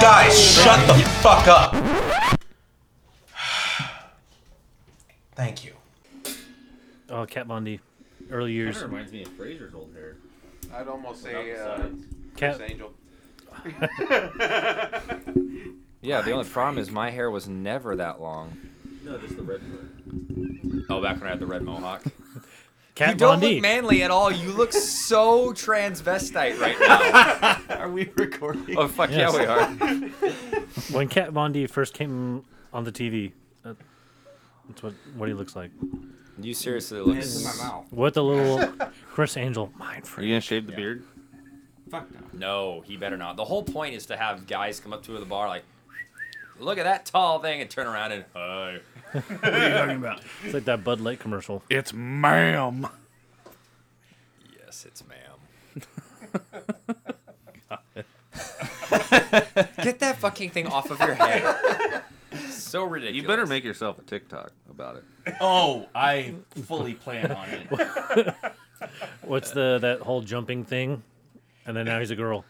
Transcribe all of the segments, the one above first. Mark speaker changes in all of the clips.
Speaker 1: Guys, shut the fuck up. Thank you.
Speaker 2: Oh, Kat Von D. Early
Speaker 3: Kind
Speaker 2: years.
Speaker 3: of reminds me of Fraser's old hair.
Speaker 4: I'd almost
Speaker 3: Without
Speaker 4: say
Speaker 3: the
Speaker 4: uh,
Speaker 3: sides.
Speaker 2: Cat,
Speaker 4: Chris Angel.
Speaker 5: Yeah, the only problem is my hair was never that long.
Speaker 3: No, just the red part.
Speaker 5: Oh, back when I had the red mohawk.
Speaker 2: Kat
Speaker 5: you
Speaker 2: Von
Speaker 5: don't
Speaker 2: D.
Speaker 5: look manly at all. You look so transvestite right now.
Speaker 4: Are we recording?
Speaker 5: Oh fuck
Speaker 2: Yes.
Speaker 5: yeah, we are.
Speaker 2: when Kat Von D first came on the TV, that- that's what what he looks like.
Speaker 5: You seriously look. s-
Speaker 4: mouth.
Speaker 2: What the little Chris Angel mind
Speaker 3: Are you
Speaker 2: freak.
Speaker 3: gonna shave the beard?
Speaker 4: Fuck no.
Speaker 5: No, he better not. The whole point is to have guys come up to the bar like, look at that tall thing, and turn around and hi.
Speaker 3: What are you talking about?
Speaker 2: It's like that Bud Light commercial.
Speaker 3: It's ma'am.
Speaker 5: Yes, it's ma'am. Get that fucking thing off of your head. so ridiculous.
Speaker 3: You better make yourself a TikTok about it.
Speaker 1: Oh, I fully plan on it.
Speaker 2: What's the that whole jumping thing? And then now he's a girl.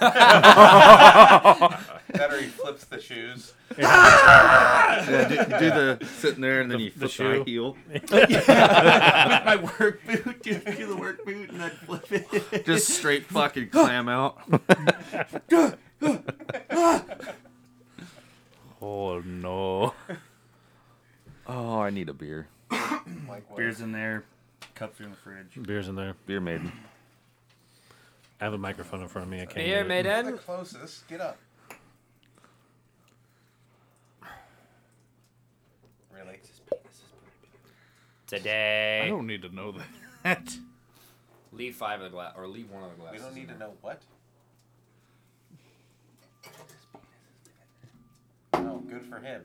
Speaker 4: Better he flips the shoes.
Speaker 3: Yeah, do, do the sitting there and then you
Speaker 2: the
Speaker 3: flip the high
Speaker 2: shoe.
Speaker 3: heel.
Speaker 1: My work boot, do, do the work boot, and then flip it.
Speaker 3: Just straight fucking clam out. oh no. Oh, I need a beer.
Speaker 4: Like what?
Speaker 6: Beer's in there, cups are in the fridge.
Speaker 2: Beer's in there.
Speaker 3: Beer maiden.
Speaker 2: I have a microphone in front of me. I can't.
Speaker 5: Here,
Speaker 2: get it.
Speaker 4: the
Speaker 5: maiden.
Speaker 4: closest. Get up. Really?
Speaker 5: Today,
Speaker 6: need to know that.
Speaker 5: leave five of the glass or leave one of the glasses.
Speaker 4: We don't need
Speaker 5: in
Speaker 4: to
Speaker 5: there.
Speaker 4: know what. No, good for him.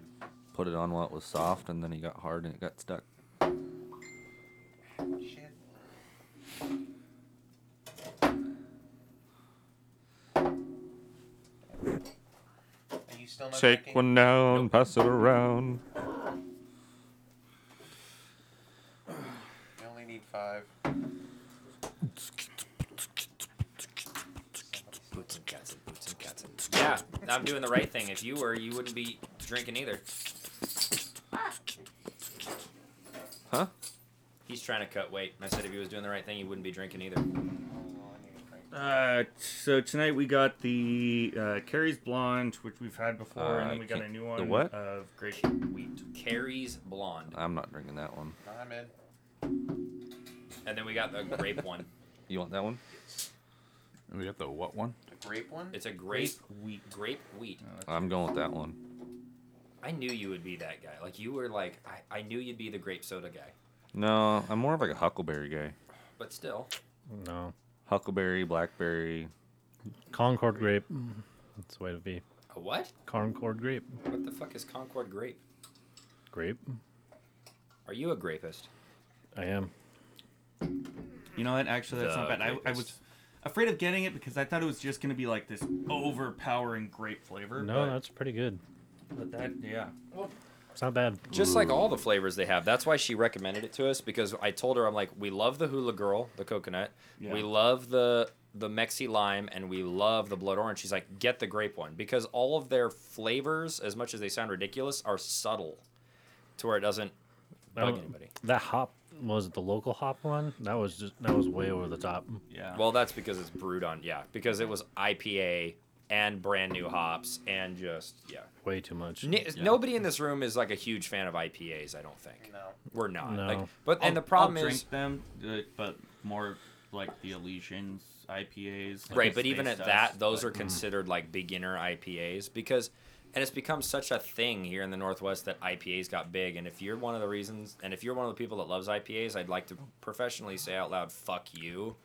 Speaker 3: Put it on while it was soft and then it got hard and it got stuck.
Speaker 4: Shit. Are you still not drinking?
Speaker 3: down, pass it around.
Speaker 4: You only need five.
Speaker 5: Boots and guts and boots and guts and- Yeah, I'm doing the right thing. If you were, you wouldn't be drinking either.
Speaker 3: Huh?
Speaker 5: He's trying to cut weight. And I said if he was doing the right thing, he wouldn't be drinking either.
Speaker 6: Uh, t- so tonight we got the uh, Carrie's Blonde, which we've had before, and
Speaker 3: Uh,
Speaker 6: then we got a
Speaker 3: can-
Speaker 6: new
Speaker 3: the
Speaker 6: one Uh,
Speaker 3: what?
Speaker 6: of Grecian Wheat.
Speaker 5: Carrie's blonde,
Speaker 3: I'm not drinking that one.
Speaker 4: I'm in.
Speaker 5: and then we got the grape one.
Speaker 3: You want that one?
Speaker 7: We got the what one?
Speaker 4: The grape one?
Speaker 5: It's a grape wheat. Grape wheat.
Speaker 3: I'm going with that one.
Speaker 5: I knew you would be that guy. Like you were like I, I knew you'd be the grape soda guy.
Speaker 3: No, I'm more of like a huckleberry guy.
Speaker 5: But still,
Speaker 2: No.
Speaker 3: Huckleberry, blackberry.
Speaker 2: Concord grape. That's the way to be.
Speaker 5: a what?
Speaker 2: Concord grape.
Speaker 5: What the fuck is Concord grape?
Speaker 2: Grape.
Speaker 5: Are you a grapist?
Speaker 2: I am.
Speaker 6: You know what? Actually, that's
Speaker 5: The
Speaker 6: not bad. I, I
Speaker 5: grapest.
Speaker 6: was afraid of getting it because I thought it was just going to be like this overpowering grape flavor.
Speaker 2: No,
Speaker 6: but,
Speaker 2: that's pretty good.
Speaker 6: but that, yeah.
Speaker 2: It's not bad.
Speaker 5: Just like all the flavors they have. That's why she recommended it to us because I told her I'm like, we love the hula girl, the coconut. We
Speaker 6: Yeah.
Speaker 5: love the the Mexi lime and we love the blood orange. She's like, get the grape one because all of their flavors, as much as they sound ridiculous, are subtle to where it doesn't bug
Speaker 2: Um,
Speaker 5: anybody.
Speaker 2: That hop was it the local hop one. That was just that was way over the top.
Speaker 6: Yeah.
Speaker 5: Well, that's because it's brewed on, yeah, because it was IPA and brand new hops and just yeah.
Speaker 2: Way too much.
Speaker 5: N- Nobody in this room is like a huge fan of IPAs. I don't think
Speaker 4: No.
Speaker 5: we're not.
Speaker 2: No.
Speaker 5: Like, but
Speaker 6: I'll-
Speaker 5: and the problem
Speaker 6: I'll
Speaker 5: is
Speaker 6: drink them, uh, but more like the Elysians IPAs. like
Speaker 5: right
Speaker 6: the
Speaker 5: but even at
Speaker 6: space
Speaker 5: that
Speaker 6: dust,
Speaker 5: those
Speaker 6: but- mm.
Speaker 5: are considered like beginner ipas because and it's become such a thing here in the northwest that ipas got big and if you're one of the reasons and if you're one of the people that loves ipas i'd like to professionally say out loud fuck you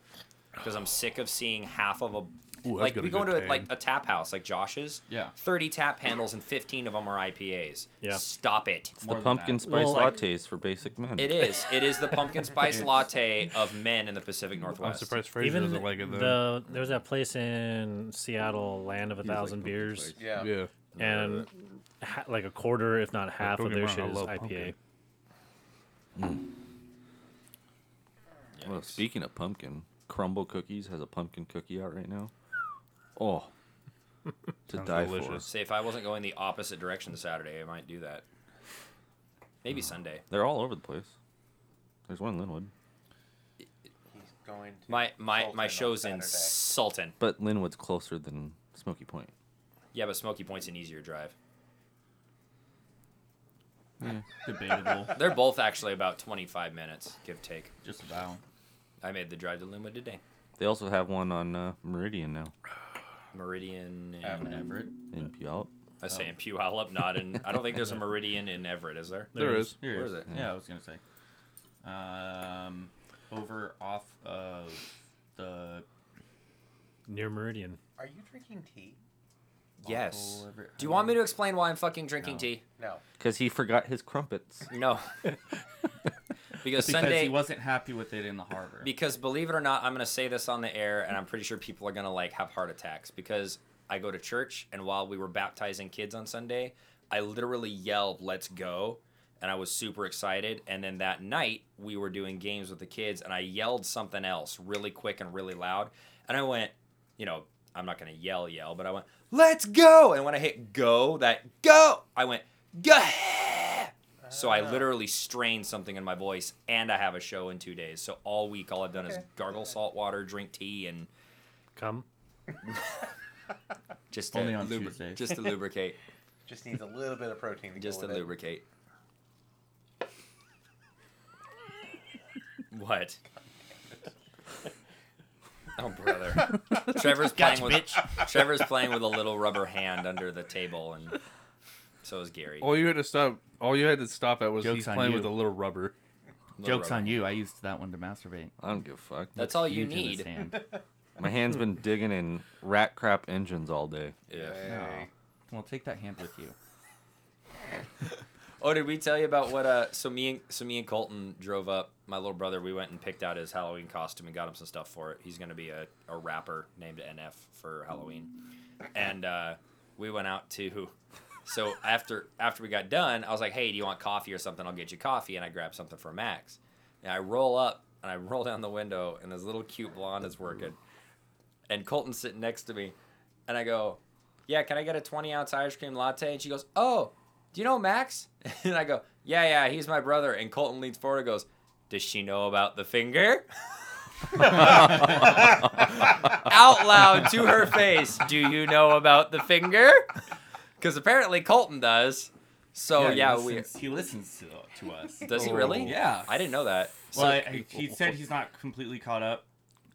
Speaker 5: because i'm sick of seeing half of a
Speaker 7: Ooh, that's
Speaker 5: like
Speaker 7: got
Speaker 5: we
Speaker 7: a
Speaker 5: go
Speaker 7: good
Speaker 5: into a- like
Speaker 7: tang.
Speaker 5: a tap house like josh's
Speaker 6: Yeah.
Speaker 5: 30 tap handles and 15 of them are ipas
Speaker 2: Yeah.
Speaker 5: stop it
Speaker 3: The
Speaker 6: More than
Speaker 3: pumpkin
Speaker 6: that.
Speaker 3: spice
Speaker 2: Well, like-
Speaker 3: lattes for basic men.
Speaker 5: it is it is the pumpkin spice latte of men in the pacific northwest
Speaker 7: I'm surprised Fraser
Speaker 2: Even
Speaker 7: doesn't like it though.
Speaker 2: the there was that place in Seattle, land of a thousand beers,
Speaker 4: Yeah.
Speaker 7: yeah.
Speaker 2: and ha- like a quarter, if not half,
Speaker 7: don't
Speaker 2: of
Speaker 7: get
Speaker 2: their
Speaker 7: me wrong,
Speaker 2: shit
Speaker 7: uh, I
Speaker 2: is
Speaker 7: love
Speaker 2: IPA.
Speaker 7: pumpkin.
Speaker 3: Well, speaking of pumpkin, Crumble Cookies has a pumpkin cookie out right now. Oh, to
Speaker 7: Sounds
Speaker 3: die
Speaker 7: delicious.
Speaker 5: Say if I wasn't going the opposite direction Saturday, I might do that. Maybe
Speaker 4: Hmm.
Speaker 5: Sunday.
Speaker 3: for. They're all over the place. There's one in Linwood,
Speaker 4: He's going to
Speaker 5: My my
Speaker 4: Sultan
Speaker 5: my
Speaker 4: on
Speaker 5: show's in
Speaker 4: Saturday.
Speaker 5: Sultan.
Speaker 3: but Linwood's closer than Smoky Point.
Speaker 5: Yeah, but Smoky Point's an easier drive.
Speaker 6: Hmm, Debatable.
Speaker 5: They're both actually about 25 minutes, give take.
Speaker 6: Just about.
Speaker 5: I made the drive to Linwood today.
Speaker 3: They also have one on uh, Meridian now
Speaker 5: Meridian.
Speaker 4: Uh,
Speaker 5: And,
Speaker 6: Everett.
Speaker 3: in Puyallup.
Speaker 5: I say
Speaker 4: Oh.
Speaker 5: in Puyallup, not in. I don't think there's a Meridian in Everett, is there?
Speaker 7: There is.
Speaker 5: Where is it?
Speaker 6: Yeah, I was gonna say. Um, over off of the
Speaker 2: near Meridian.
Speaker 4: Are you drinking tea?
Speaker 5: Yes.
Speaker 6: Local Everett-
Speaker 5: Do you want me to explain why I'm fucking drinking
Speaker 6: No.
Speaker 5: tea?
Speaker 4: No.
Speaker 3: Because he forgot his crumpets.
Speaker 5: No. because
Speaker 6: because he
Speaker 5: Sunday.
Speaker 6: wasn't happy with it in the harbor.
Speaker 5: Because believe it or not, I'm going to say this on the air, and I'm pretty sure people are going to like have heart attacks because I go to church, and while we were baptizing kids on Sunday, I literally yelled, "Let's go!" and I was super excited. And then that night we were doing games with the kids, and I yelled something else really quick and really loud, and I went, you know, I'm not going to yell yell, but I went, "Let's go!" and when I hit go, that go, I went, "Go!" So I literally strained something in my voice, and I have a show in two days. So all week, all I've done is gargle salt water, drink tea, and
Speaker 2: Come.
Speaker 5: just
Speaker 6: Only
Speaker 5: to
Speaker 6: on Tuesday.
Speaker 5: just to lubricate,
Speaker 4: Just needs a little bit of protein to
Speaker 5: just to
Speaker 4: go with it.
Speaker 5: lubricate. What? Oh brother! Trevor's playing with Trevor's playing with a little rubber hand under the table, and so is Gary.
Speaker 7: All you had to stop. All you had to stop at was
Speaker 6: Joke's
Speaker 7: he's
Speaker 6: on
Speaker 7: playing
Speaker 6: you.
Speaker 7: with a little rubber.
Speaker 5: Little
Speaker 6: Jokes
Speaker 5: rubber.
Speaker 6: on you. I used that one to masturbate.
Speaker 3: I don't give a fuck.
Speaker 5: That's all you
Speaker 6: Huge
Speaker 5: need.
Speaker 6: in this hand.
Speaker 3: My hand's been digging in rat crap engines all day.
Speaker 5: Yeah.
Speaker 4: Yay.
Speaker 6: Oh. Well, take that hand with you.
Speaker 5: Oh, did we tell you about what? Uh, so me and so me and Colton drove up. My little brother. We went and picked out his Halloween costume and got him some stuff for it. He's gonna be a, a rapper named NF for Halloween, and uh, we went out to. So after after we got done, I was like, "Hey, do you want coffee or something? I'll get you coffee." And I grabbed something for Max. And I roll up and I roll down the window, and this little cute blonde is working, and Colton's sitting next to me, and I go, "Yeah, can I get a twenty ounce ice cream latte?" And she goes, "Oh." do you know Max? And I go, yeah, yeah, he's my brother. And Colton leans forward and goes, does she know about the finger? Out loud to her face, do you know about the finger? Because apparently Colton does. So Oh, yeah,
Speaker 6: he
Speaker 5: we
Speaker 6: listens, he listens to, to us. Oh,
Speaker 5: does he really?
Speaker 6: Yeah.
Speaker 5: I didn't know that. So,
Speaker 6: Well, I, I- he said he's not completely caught up,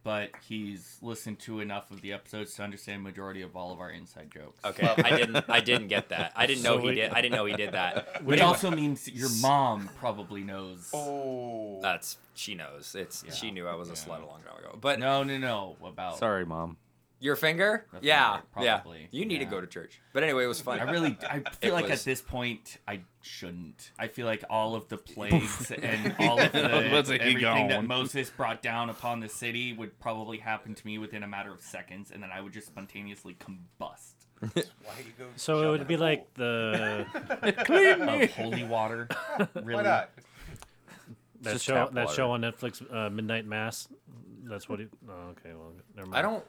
Speaker 6: but he's listened to enough of the episodes to understand majority of all of our inside jokes.
Speaker 5: okay, I didn't. I didn't get that. I didn't know
Speaker 2: So
Speaker 5: he
Speaker 2: we-
Speaker 5: did. I didn't know he did that.
Speaker 6: Which also means your mom probably knows.
Speaker 4: Oh.
Speaker 5: That's she knows. It's she knew I was a
Speaker 6: Yeah.
Speaker 5: slut a long time ago. But
Speaker 6: No, no, no. About
Speaker 3: Sorry, mom.
Speaker 5: your finger,
Speaker 6: The
Speaker 5: yeah,
Speaker 6: finger,
Speaker 5: yeah.
Speaker 6: probably.
Speaker 5: You need to
Speaker 6: Yeah.
Speaker 5: go to church. But anyway, it was funny.
Speaker 6: I really, I
Speaker 5: It
Speaker 6: feel like
Speaker 5: was-
Speaker 6: at this point I shouldn't. I feel like all of the plagues and all of the
Speaker 7: Let's say he
Speaker 6: everything that
Speaker 7: gone.
Speaker 6: Moses brought down upon the city would probably happen to me within a matter of seconds, and then I would just spontaneously combust
Speaker 4: Why do you go
Speaker 2: So it
Speaker 4: jump in
Speaker 2: would be
Speaker 4: the
Speaker 2: like
Speaker 4: pool?
Speaker 2: the Oh,
Speaker 6: of holy water. Really?
Speaker 4: Why not?
Speaker 2: that
Speaker 3: Just
Speaker 2: show
Speaker 3: tap
Speaker 2: that
Speaker 3: water.
Speaker 2: show on Netflix, uh, Midnight Mass. That's what. It, oh, okay, well, never mind.
Speaker 5: I don't.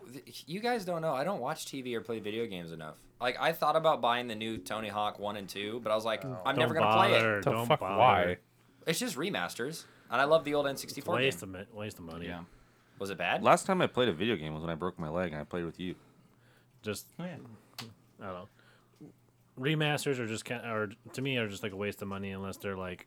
Speaker 5: You guys don't know. I don't watch TV or play video games enough. Like I thought about buying the new Tony Hawk One and Two, but I was like, I'm
Speaker 2: Don't
Speaker 5: never gonna play
Speaker 2: bother.
Speaker 5: it.
Speaker 7: The
Speaker 2: Don't
Speaker 7: fuck
Speaker 2: bother.
Speaker 7: why?
Speaker 5: It's just remasters, and I love the old N64 game.
Speaker 2: Waste of mi- waste of money.
Speaker 6: Yeah.
Speaker 5: Was it bad?
Speaker 3: Last time I played a video game was when I broke my leg and I played with you.
Speaker 2: Just
Speaker 6: Oh, yeah.
Speaker 2: I don't know. Remasters are just kind are to me are just like a waste of money unless they're like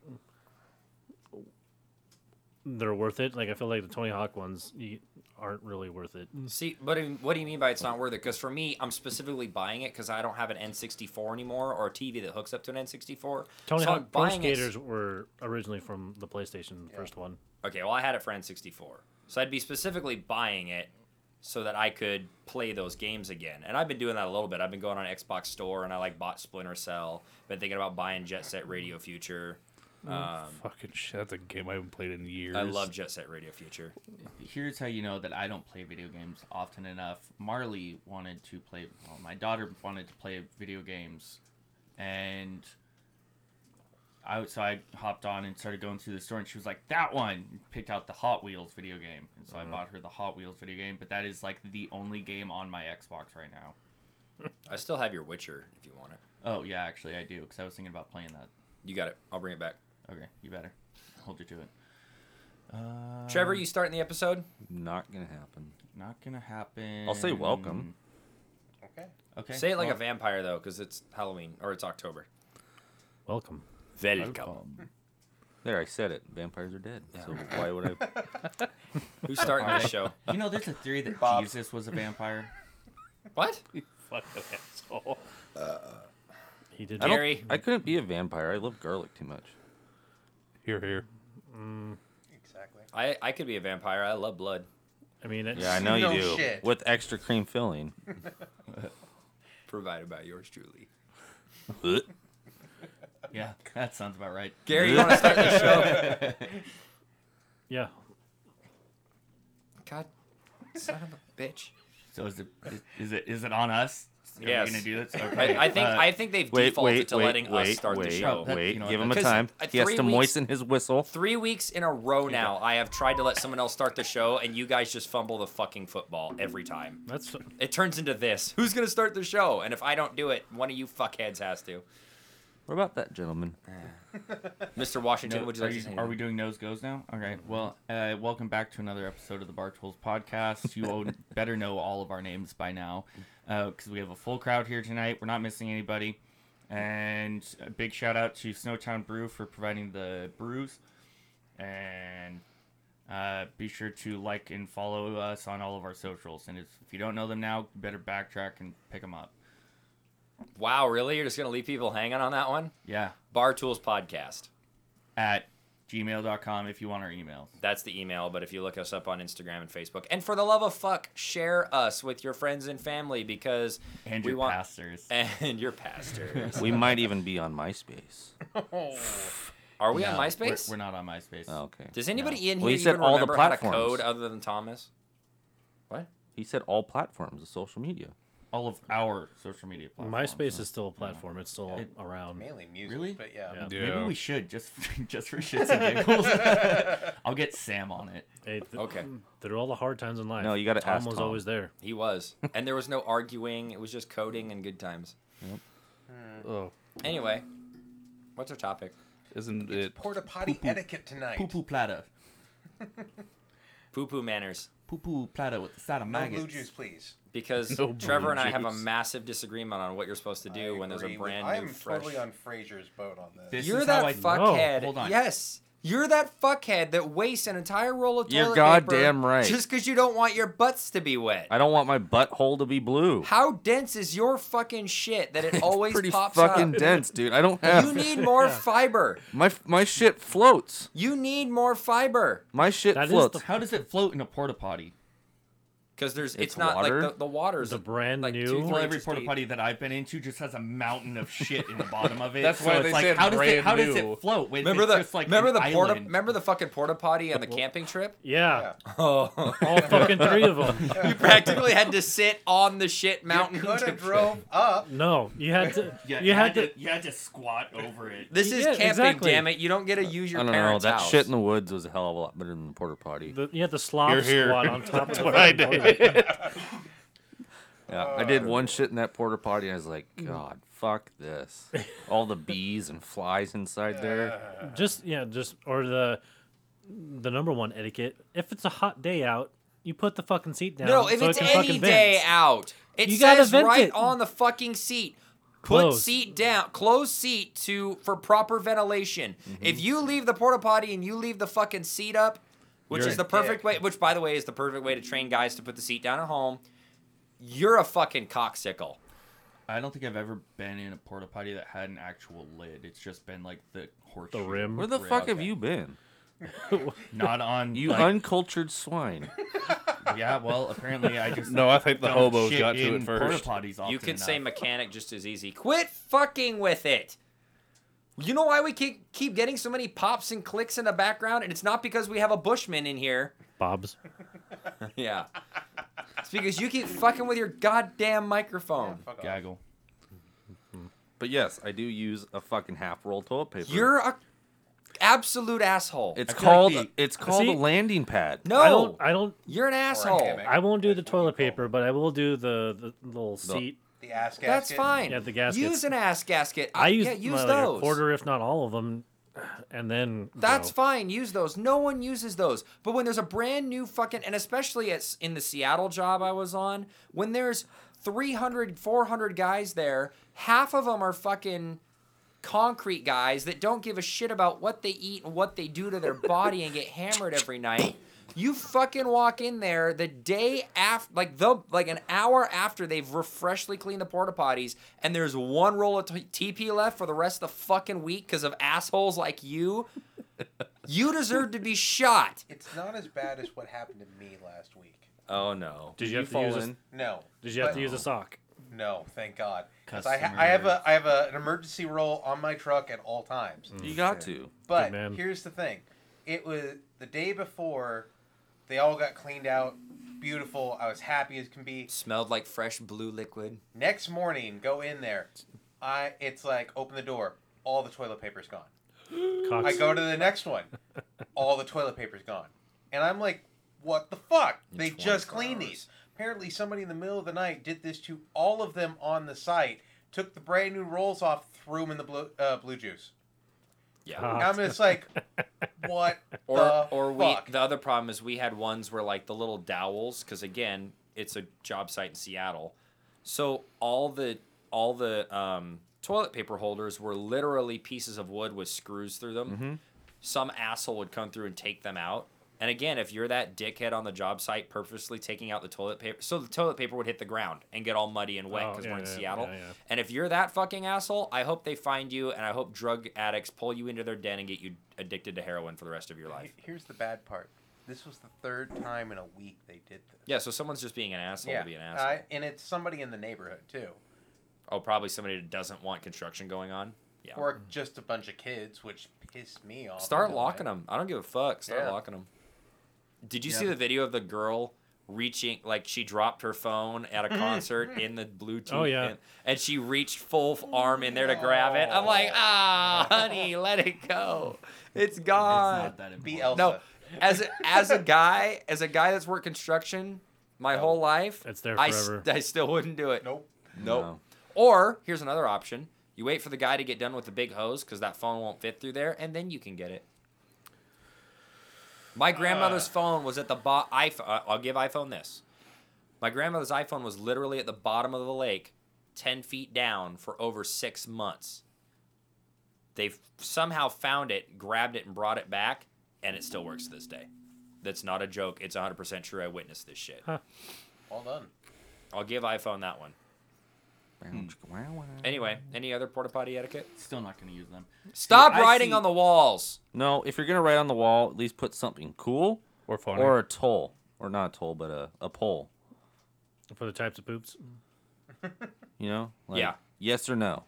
Speaker 2: they're worth it. Like I feel like the Tony Hawk ones you, aren't really worth it.
Speaker 3: Mm.
Speaker 5: See, but in- what do you mean by it's not worth it? Because for me, I'm specifically buying it because I don't have an N64 anymore or a TV that hooks up to an N64.
Speaker 2: Tony
Speaker 5: so I'm
Speaker 2: Hawk Pro
Speaker 5: buying it-
Speaker 2: Skaters were originally from the PlayStation, the first one.
Speaker 5: Okay, well I had it for N64, so I'd be specifically buying it so that I could play those games again. And I've been doing that a little bit. I've been going on Xbox Store and I like bought Splinter Cell. Been thinking about buying Jet Set Radio Future.
Speaker 7: Oh,
Speaker 5: Um,
Speaker 7: Fucking shit. That's a game I haven't played in years.
Speaker 5: I love Jet Set Radio Future.
Speaker 6: Here's how you know that I don't play video games often enough. Marley wanted to play, well, my daughter wanted to play video games, and I so I hopped on and started going through the store, and she was like, "That one." Picked out the Hot Wheels video game, and
Speaker 5: Mm-hmm.
Speaker 6: so I bought her the Hot Wheels video game. But that is like the only game on my Xbox right now.
Speaker 5: I still have your Witcher if you want it.
Speaker 6: Oh yeah, actually I do, because I was thinking about playing that.
Speaker 5: You got it. I'll bring it back.
Speaker 6: Okay, you better hold you to it. Uh,
Speaker 7: Um,
Speaker 5: Trevor, you starting the episode?
Speaker 3: Not gonna happen.
Speaker 6: Not gonna happen.
Speaker 3: I'll say welcome.
Speaker 4: Okay.
Speaker 6: Okay.
Speaker 5: Say it like a
Speaker 6: well-
Speaker 5: vampire though, because it's Halloween or it's October.
Speaker 2: Welcome.
Speaker 5: Welcome.
Speaker 3: There, I said it. Vampires are dead. So why would I?
Speaker 5: Who's starting this show?
Speaker 6: You know, there's a theory that
Speaker 4: Bob.
Speaker 6: Jesus was a vampire.
Speaker 5: What?
Speaker 2: Fucking asshole. Uh, He did.
Speaker 3: I,
Speaker 5: don't-
Speaker 2: not
Speaker 5: Gary.
Speaker 3: I couldn't be a vampire. I love garlic too much.
Speaker 7: Here, here.
Speaker 4: Exactly.
Speaker 5: I I could be a vampire. I love blood.
Speaker 2: I mean, it's,
Speaker 3: Yeah, I know
Speaker 4: No
Speaker 3: you do.
Speaker 4: shit.
Speaker 3: With extra cream filling.
Speaker 5: Provided by yours truly.
Speaker 6: yeah, that sounds about right.
Speaker 5: Gary, you want to start the show?
Speaker 2: yeah.
Speaker 5: God, son of a bitch.
Speaker 6: So is it is it is it on us? Are
Speaker 5: Yes.
Speaker 6: we gonna do this? Okay.
Speaker 5: I, I think
Speaker 6: uh,
Speaker 5: I think they've
Speaker 3: Wait,
Speaker 5: defaulted
Speaker 3: wait,
Speaker 5: to
Speaker 3: wait,
Speaker 5: letting
Speaker 3: wait,
Speaker 5: us start
Speaker 3: wait,
Speaker 5: the show.
Speaker 6: That-
Speaker 3: Wait,
Speaker 6: you know
Speaker 3: give
Speaker 6: what,
Speaker 3: him a
Speaker 5: that's-
Speaker 3: time.
Speaker 5: At
Speaker 3: He has
Speaker 5: three
Speaker 3: to
Speaker 5: weeks-
Speaker 3: moisten his whistle.
Speaker 5: Three weeks in a row now, I have tried to let someone else start the show, and you guys just fumble the fucking football every time.
Speaker 2: That's
Speaker 5: It turns into this: Who's gonna start the show? And if I don't do it, one of you fuckheads has to.
Speaker 3: What about that gentleman?
Speaker 5: Mr. Washington,
Speaker 6: No-
Speaker 5: would you
Speaker 6: are,
Speaker 5: like
Speaker 6: you-
Speaker 5: to say? Mm-hmm.
Speaker 6: are we doing nose goes now? Okay. Well, uh, welcome back to another episode of the Bar Tools podcast. You all better know all of our names by now, because we have a full crowd here tonight. We're not missing anybody. And a big shout out to Snowtown Brew for providing the brews. And uh, be sure to like and follow us on all of our socials. And if, if you don't know them now, you better backtrack and pick them up.
Speaker 5: Wow, really? You're just gonna leave people hanging on that one?
Speaker 6: Yeah.
Speaker 5: Bar Tools Podcast.
Speaker 6: At gmail.com if you want our emails.
Speaker 5: That's the email, but if you look us up on Instagram and Facebook, and for the love of fuck, share us with your friends and family because
Speaker 6: And
Speaker 5: we
Speaker 6: your
Speaker 5: want
Speaker 6: pastors.
Speaker 5: and your pastors.
Speaker 3: We might even be on MySpace.
Speaker 5: Are we on
Speaker 6: No, Oh, we're-
Speaker 5: MySpace?
Speaker 6: We're, not on MySpace.
Speaker 3: Oh, okay.
Speaker 5: Does anybody in here
Speaker 3: Well, he said
Speaker 5: even
Speaker 3: all the
Speaker 5: remember how to
Speaker 3: platforms.
Speaker 5: code other than Thomas? What?
Speaker 3: He said all platforms of social media.
Speaker 6: All of our social media platforms.
Speaker 2: MySpace is still a platform. It's still around.
Speaker 4: Mainly music.
Speaker 6: Really?
Speaker 4: But yeah.
Speaker 2: Yeah.
Speaker 7: Yeah.
Speaker 6: Maybe we should just just for shits and giggles. I'll get Sam on it.
Speaker 2: Hey, th-
Speaker 5: Okay.
Speaker 2: Through all the hard times in life.
Speaker 3: No, you gotta
Speaker 2: Tom
Speaker 3: ask
Speaker 2: was
Speaker 3: Tom.
Speaker 2: always there.
Speaker 5: He was. and there was no arguing. It was just coding and good times.
Speaker 7: Oh,
Speaker 5: Anyway, what's our topic?
Speaker 7: isn't it?
Speaker 4: Porta potty etiquette tonight.
Speaker 6: Poo poo platter.
Speaker 5: Poo poo manners.
Speaker 6: Poo poo platter with the side of
Speaker 4: No
Speaker 6: maggots.
Speaker 4: blue juice, please.
Speaker 5: Because
Speaker 7: No
Speaker 5: Trevor and I have a
Speaker 7: juice.
Speaker 5: massive disagreement on what you're supposed to do
Speaker 4: I
Speaker 5: when there's
Speaker 4: agree
Speaker 5: a
Speaker 4: with-
Speaker 5: brand new
Speaker 4: I'm
Speaker 5: fresh.
Speaker 4: totally on Fraser's boat on this.
Speaker 6: This
Speaker 5: You're
Speaker 6: is how
Speaker 5: that
Speaker 6: I-
Speaker 5: fuckhead.
Speaker 6: No, hold on.
Speaker 5: Yes. You're that fuckhead that wastes an entire roll of toilet
Speaker 3: You're goddamn
Speaker 5: paper
Speaker 3: right.
Speaker 5: just because you don't want your butts to be wet.
Speaker 3: I don't want my butthole to be blue.
Speaker 5: How dense is your fucking shit that it
Speaker 3: It's
Speaker 5: always
Speaker 3: pretty
Speaker 5: pops
Speaker 3: fucking
Speaker 5: up?
Speaker 3: dense, dude. I don't
Speaker 5: You
Speaker 3: have
Speaker 5: need more fiber.
Speaker 3: my my shit floats.
Speaker 5: You need more fiber
Speaker 3: My shit
Speaker 2: That is
Speaker 3: floats.
Speaker 2: the-
Speaker 6: How does it float in a porta potty?
Speaker 5: because there's it's,
Speaker 3: It's
Speaker 5: not
Speaker 3: water.
Speaker 5: like the, the water's
Speaker 2: The brand
Speaker 5: like
Speaker 2: new-
Speaker 5: two, three
Speaker 2: Well,
Speaker 6: Well, every
Speaker 5: inches
Speaker 6: porta
Speaker 5: deep.
Speaker 6: potty that I've been into just has a mountain of shit in the bottom of it.
Speaker 7: That's
Speaker 6: so
Speaker 7: why
Speaker 6: it's
Speaker 7: they
Speaker 6: like,
Speaker 7: said
Speaker 6: how does it how does
Speaker 7: brand new.
Speaker 6: it float? When
Speaker 5: Remember
Speaker 6: it's
Speaker 5: the
Speaker 6: just like
Speaker 5: remember
Speaker 6: an
Speaker 5: the porta
Speaker 6: island?
Speaker 5: remember the fucking porta potty on the camping trip?
Speaker 2: Yeah,
Speaker 5: Oh,
Speaker 2: all fucking three of them.
Speaker 5: you practically had to sit on the shit mountain.
Speaker 4: You could
Speaker 5: to-
Speaker 4: have drove up.
Speaker 2: No, you had to.
Speaker 6: Yeah,
Speaker 2: you had to.
Speaker 6: you had to squat over it.
Speaker 5: This is
Speaker 2: Yeah,
Speaker 5: camping,
Speaker 2: exactly.
Speaker 5: damn it! You don't get to use
Speaker 3: I
Speaker 5: your
Speaker 3: don't know.
Speaker 5: parents'
Speaker 3: That
Speaker 5: house.
Speaker 3: shit in the woods was a hell of a lot better than the porter potty.
Speaker 2: The, you had to slob
Speaker 7: Here, here.
Speaker 2: squat on top of the
Speaker 7: what I
Speaker 2: fucking
Speaker 7: did.
Speaker 2: toilet.
Speaker 3: Yeah, I did one shit in that porter potty, and I was like, God, fuck this. All the bees and flies inside there.
Speaker 2: Just yeah, just or the the number one etiquette. If it's a hot day out, you put the fucking seat down.
Speaker 5: no, if
Speaker 2: so
Speaker 5: it's
Speaker 2: it can
Speaker 5: any
Speaker 2: fucking
Speaker 5: day
Speaker 2: vent.
Speaker 5: out, it
Speaker 2: You gotta
Speaker 5: says
Speaker 2: vent
Speaker 5: right
Speaker 2: it.
Speaker 5: on the fucking seat. Put
Speaker 2: Closed.
Speaker 5: seat down, close seat to for proper ventilation.
Speaker 2: Mm-hmm.
Speaker 5: If you leave the porta potty and you leave the fucking seat up, which
Speaker 6: You're
Speaker 5: is
Speaker 6: a
Speaker 5: the perfect
Speaker 4: dick.
Speaker 5: way, which by the way is the perfect way to train guys to put the seat down at home, you're a fucking cocksickle.
Speaker 6: I don't think I've ever been in a porta potty that had an actual lid. It's just been like the horseshoe.
Speaker 2: The rim.
Speaker 3: Where the
Speaker 6: Right,
Speaker 3: fuck have
Speaker 6: okay.
Speaker 3: you been?
Speaker 6: Not on
Speaker 3: You
Speaker 6: like,
Speaker 3: uncultured swine.
Speaker 6: Yeah, well, apparently I just
Speaker 7: No, I think the
Speaker 6: don't
Speaker 7: hobos
Speaker 6: shit
Speaker 7: got to
Speaker 6: in
Speaker 7: it first.
Speaker 6: Porta potties often
Speaker 5: You could
Speaker 6: enough.
Speaker 5: say mechanic just as easy. Quit fucking with it. You know why we keep keep getting so many pops and clicks in the background, and it's not because we have a bushman in here.
Speaker 2: Bob's.
Speaker 5: Yeah. It's because you keep fucking with your goddamn microphone.
Speaker 4: Fuck off.
Speaker 6: gaggle.
Speaker 3: But yes, I do use a fucking half roll toilet paper.
Speaker 5: You're a absolute asshole.
Speaker 3: It's
Speaker 1: I feel like
Speaker 3: called
Speaker 1: the-
Speaker 3: it's called
Speaker 2: See?
Speaker 3: a landing pad.
Speaker 5: no,
Speaker 2: I don't. I don't.
Speaker 5: you're an asshole.
Speaker 4: hammock.
Speaker 2: I won't do the
Speaker 4: That's what we
Speaker 2: toilet
Speaker 4: call
Speaker 2: paper, but I will do the, the little seat.
Speaker 4: The ass gasket.
Speaker 5: That's fine.
Speaker 2: Yeah, the gaskets.
Speaker 5: Use an ass gasket.
Speaker 2: I use,
Speaker 5: yeah, use
Speaker 2: my, like, a
Speaker 5: those.
Speaker 2: quarter, if not all of them, and then
Speaker 5: That's
Speaker 2: go.
Speaker 5: fine. Use those. No one uses those. But when there's a brand new fucking, and especially it's in the Seattle job I was on, when there's 300, 400 guys there, half of them are fucking concrete guys that don't give a shit about what they eat and what they do to their body and get hammered every night. You fucking walk in there the day after, like the like an hour after they've refreshly cleaned the porta potties, and there's one roll of t- TP left for the rest of the fucking week because of assholes like you. You deserve to be shot.
Speaker 4: It's not as bad as what happened to me last week.
Speaker 5: Oh no.
Speaker 2: Did you have to use a,
Speaker 4: No.
Speaker 2: Did you have
Speaker 4: but-
Speaker 2: to use a sock?
Speaker 4: No, thank God. 'Cause I, ha- I have
Speaker 1: Customers.
Speaker 4: a I have a, an emergency roll on my truck at all times.
Speaker 3: You got to.
Speaker 4: But
Speaker 2: Good man.
Speaker 4: here's the thing. It was the day before they all got cleaned out. Beautiful. I was happy as can be.
Speaker 5: Smelled like fresh blue liquid.
Speaker 4: Next morning, go in there. I it's like open the door. All the toilet paper's gone.
Speaker 2: Cox.
Speaker 4: I go to the next one. All the toilet paper's gone. And I'm like, what the fuck? They
Speaker 5: 24
Speaker 4: just cleaned
Speaker 5: hours.
Speaker 4: these. Apparently, somebody in the middle of the night did this to all of them on the site, took the brand new rolls off, threw them in the blue, uh, blue juice.
Speaker 5: Yeah.
Speaker 2: Ah.
Speaker 4: I'm just like, what
Speaker 5: Or
Speaker 4: Uh, the
Speaker 5: or we
Speaker 4: fuck?
Speaker 5: the other problem is we had ones where like the little dowels cuz again, it's a job site in Seattle. So all the all the um, toilet paper holders were literally pieces of wood with screws through them.
Speaker 4: Mm-hmm.
Speaker 5: Some asshole would come through and take them out. And again, if you're that dickhead on the job site purposely taking out the toilet paper, so the toilet paper would hit the ground and get all muddy and wet
Speaker 2: Oh,
Speaker 5: because
Speaker 2: yeah,
Speaker 5: we're in
Speaker 2: yeah,
Speaker 5: Seattle.
Speaker 2: yeah, yeah.
Speaker 5: And if you're that fucking asshole, I hope they find you and I hope drug addicts pull you into their den and get you addicted to heroin for the rest of your life.
Speaker 4: Here's the bad part. This was the third time in a week they did this.
Speaker 5: Yeah, so someone's just being an asshole to be an asshole.
Speaker 4: I- and it's somebody in the neighborhood too,
Speaker 5: oh, probably somebody that doesn't want construction going on. Yeah. Mm-hmm.
Speaker 4: or just a bunch of kids, which pissed me off.
Speaker 5: Start
Speaker 4: Anyway.
Speaker 5: locking them. I don't give a fuck. Start
Speaker 4: Yeah.
Speaker 5: locking them. Did you see the video of the girl reaching like she dropped her phone at a concert in the Bluetooth?
Speaker 2: Oh, yeah.
Speaker 5: And, and she reached full arm in there to grab it. I'm like, ah, honey, let it go. It's gone.
Speaker 1: Not that important.
Speaker 4: Be Elsa.
Speaker 5: no, as a, as a guy, as a guy that's worked construction my whole life,
Speaker 2: It's there
Speaker 5: I s-
Speaker 2: forever.
Speaker 5: I still wouldn't do it.
Speaker 4: Nope.
Speaker 5: Nope. Or here's another option: you wait for the guy to get done with the big hose because that phone won't fit through there, and then you can get it. My grandmother's phone was at the bottom. iPhone. I- I'll give iPhone this. My grandmother's iPhone was literally at the bottom of the lake, ten feet down, for over six months. They somehow found it, grabbed it, and brought it back, and it still works to this day. That's not a joke. It's 100% true. I witnessed this shit.
Speaker 4: All done.
Speaker 5: I'll give iPhone that one. Anyway, any other porta potty etiquette?
Speaker 1: Still not going to use them.
Speaker 5: Stop
Speaker 1: I
Speaker 5: writing
Speaker 1: see-
Speaker 5: on the walls.
Speaker 3: No, if you're gonna write on the wall, at least put something cool
Speaker 7: Or funny.
Speaker 3: or a toll, or not a toll, but a, a pole.
Speaker 2: for the types of poops.
Speaker 3: You know? Like,
Speaker 5: Yeah.
Speaker 3: Yes or no?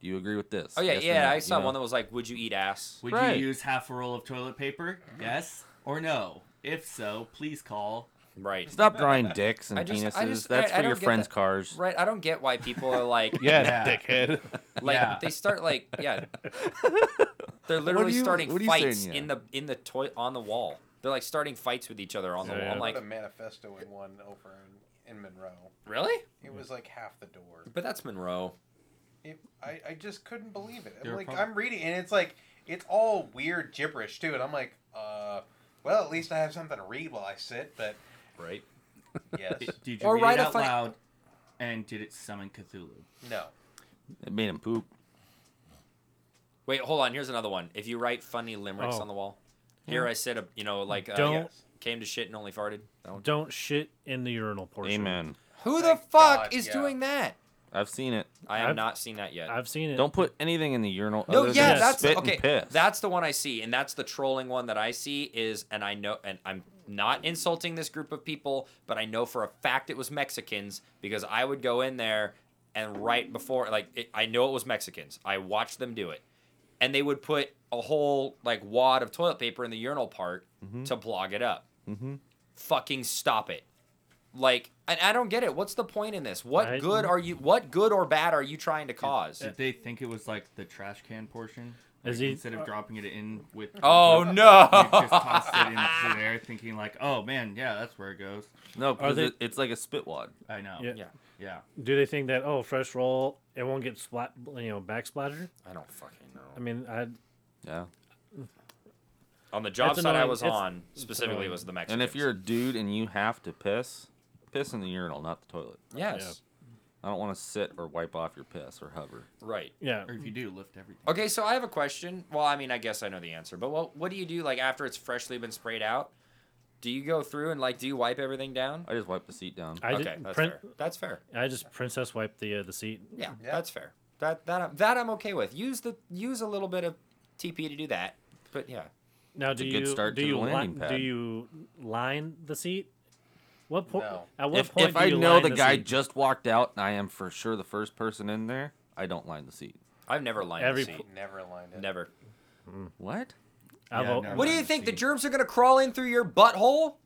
Speaker 3: Do you agree with this?
Speaker 5: Oh yeah,
Speaker 3: Yes or
Speaker 5: yeah.
Speaker 3: no,
Speaker 5: I
Speaker 3: you
Speaker 5: saw
Speaker 3: know?
Speaker 5: one that was like, "Would you eat ass?"
Speaker 1: Would
Speaker 3: Right.
Speaker 1: you use half a roll of toilet paper? Yes or no? If so, please call.
Speaker 5: Right.
Speaker 3: Stop drawing dicks and
Speaker 5: I just-
Speaker 3: penises.
Speaker 5: I just-
Speaker 3: That's
Speaker 5: I- I
Speaker 3: for your
Speaker 5: don't get
Speaker 3: friends'
Speaker 5: that.
Speaker 3: cars.
Speaker 5: Right. I don't get why people are like,
Speaker 7: Yeah,
Speaker 1: Yeah.
Speaker 7: dickhead.
Speaker 5: like
Speaker 1: Yeah.
Speaker 5: they start like, yeah. They're literally
Speaker 3: you-
Speaker 5: starting
Speaker 3: what are you saying,
Speaker 5: fights
Speaker 3: yeah?
Speaker 5: in the in the toy on the wall. They're like starting fights with each other on the
Speaker 2: Yeah,
Speaker 5: wall.
Speaker 2: yeah.
Speaker 5: I'm
Speaker 4: Like,
Speaker 5: like,
Speaker 4: a manifesto in one over in, in Monroe.
Speaker 5: really?
Speaker 4: It was like half the door.
Speaker 5: But that's Monroe.
Speaker 4: It, I, I just couldn't believe it.
Speaker 1: There
Speaker 4: I'm
Speaker 1: are
Speaker 4: like
Speaker 1: prob-
Speaker 4: I'm reading and it's like it's all weird gibberish too, and I'm like, uh, well at least I have something to read while I sit. But
Speaker 5: Right.
Speaker 4: yes,
Speaker 1: Did you
Speaker 5: Or
Speaker 1: read
Speaker 5: write
Speaker 1: it
Speaker 5: a
Speaker 1: out
Speaker 5: funny-
Speaker 1: loud? And did it summon Cthulhu?
Speaker 4: no.
Speaker 3: It made him poop.
Speaker 5: Wait, hold on. Here's another one. If you write funny limericks
Speaker 2: Oh.
Speaker 5: on the wall, here I said, a, you know, like uh,
Speaker 2: Don't-
Speaker 5: yeah, came to shit and only farted.
Speaker 2: Don't shit in the urinal portion.
Speaker 3: Amen.
Speaker 5: Who the
Speaker 4: Thank
Speaker 5: fuck
Speaker 4: God,
Speaker 5: is
Speaker 4: yeah.
Speaker 5: doing that?
Speaker 3: I've seen it.
Speaker 5: I have
Speaker 2: I've-
Speaker 5: not seen that yet.
Speaker 2: I've seen it.
Speaker 3: Don't put anything in the urinal.
Speaker 5: No,
Speaker 3: other
Speaker 5: yeah,
Speaker 3: than
Speaker 5: that's
Speaker 3: Oh, spit
Speaker 5: okay.
Speaker 3: and piss.
Speaker 5: That's the one I see, and that's the trolling one that I see is, and I know, and I'm not insulting this group of people, but I know for a fact it was Mexicans because I would go in there and right before, like, it, I know it was Mexicans. I watched them do it, and they would put a whole like wad
Speaker 3: Mm-hmm.
Speaker 5: of toilet paper in the urinal part to blog it up. Mm-hmm. Fucking stop it! Like, and I don't get it. What's the point in this? What
Speaker 2: I-
Speaker 5: good are you? What good or bad are you trying to cause?
Speaker 6: Did they think it was like the trash can portion?
Speaker 2: Is
Speaker 6: Like,
Speaker 2: he-
Speaker 6: instead
Speaker 7: Uh,
Speaker 6: of dropping it in with
Speaker 5: Oh
Speaker 6: you just
Speaker 5: no!
Speaker 6: tossed it into there, thinking like, "Oh man, yeah, that's where it goes."
Speaker 3: No, because
Speaker 2: they-
Speaker 3: it, it's like a spit wad.
Speaker 6: I know.
Speaker 2: Yeah.
Speaker 5: Yeah,
Speaker 6: Yeah.
Speaker 2: Do they think that oh, fresh roll, it won't get splat, you know, backsplattered?
Speaker 5: I don't fucking know.
Speaker 2: I mean, I
Speaker 3: Yeah.
Speaker 5: On the job
Speaker 2: It's
Speaker 5: site I
Speaker 2: annoying.
Speaker 5: was
Speaker 2: It's-
Speaker 5: on specifically
Speaker 2: annoying.
Speaker 5: was the Mexican.
Speaker 3: And if you're a dude and you have to piss, piss in the urinal, not the toilet.
Speaker 5: yes,
Speaker 3: I don't want to sit or wipe off your piss or hover.
Speaker 5: right.
Speaker 2: yeah,
Speaker 6: Or if you do, lift everything.
Speaker 5: Okay, so I have a question. Well, I mean, I guess I know the answer, but what what do you do like after it's freshly been sprayed out? Do you go through and like do you wipe everything down?
Speaker 3: I just wipe the seat down.
Speaker 2: I
Speaker 5: okay,
Speaker 2: did
Speaker 5: that's
Speaker 2: print.
Speaker 5: fair. That's fair.
Speaker 2: I just princess wiped the uh, the seat.
Speaker 5: Yeah,
Speaker 4: Yeah.
Speaker 5: that's fair. That that I'm- that I'm okay with. Use the use a little bit of TP to do that. But yeah,
Speaker 2: Now, do
Speaker 3: a good
Speaker 2: you
Speaker 3: start
Speaker 2: do
Speaker 3: to the
Speaker 2: you
Speaker 3: landing
Speaker 2: line do
Speaker 3: pad.
Speaker 2: you line the seat? What point?
Speaker 4: No.
Speaker 2: At what
Speaker 3: If,
Speaker 2: point
Speaker 3: if
Speaker 2: do
Speaker 3: I
Speaker 2: you
Speaker 3: know
Speaker 2: line
Speaker 3: the guy
Speaker 2: seat?
Speaker 3: just walked out and I am for sure the first person in there, I don't line the seat.
Speaker 5: I've never lined
Speaker 2: Every
Speaker 5: a seat.
Speaker 4: Never lined it.
Speaker 5: Never.
Speaker 3: What?
Speaker 2: I've
Speaker 6: Yeah,
Speaker 2: al-
Speaker 6: no.
Speaker 5: What do you
Speaker 6: Lined the
Speaker 5: think? The
Speaker 6: seat.
Speaker 5: germs are gonna crawl in through your butthole?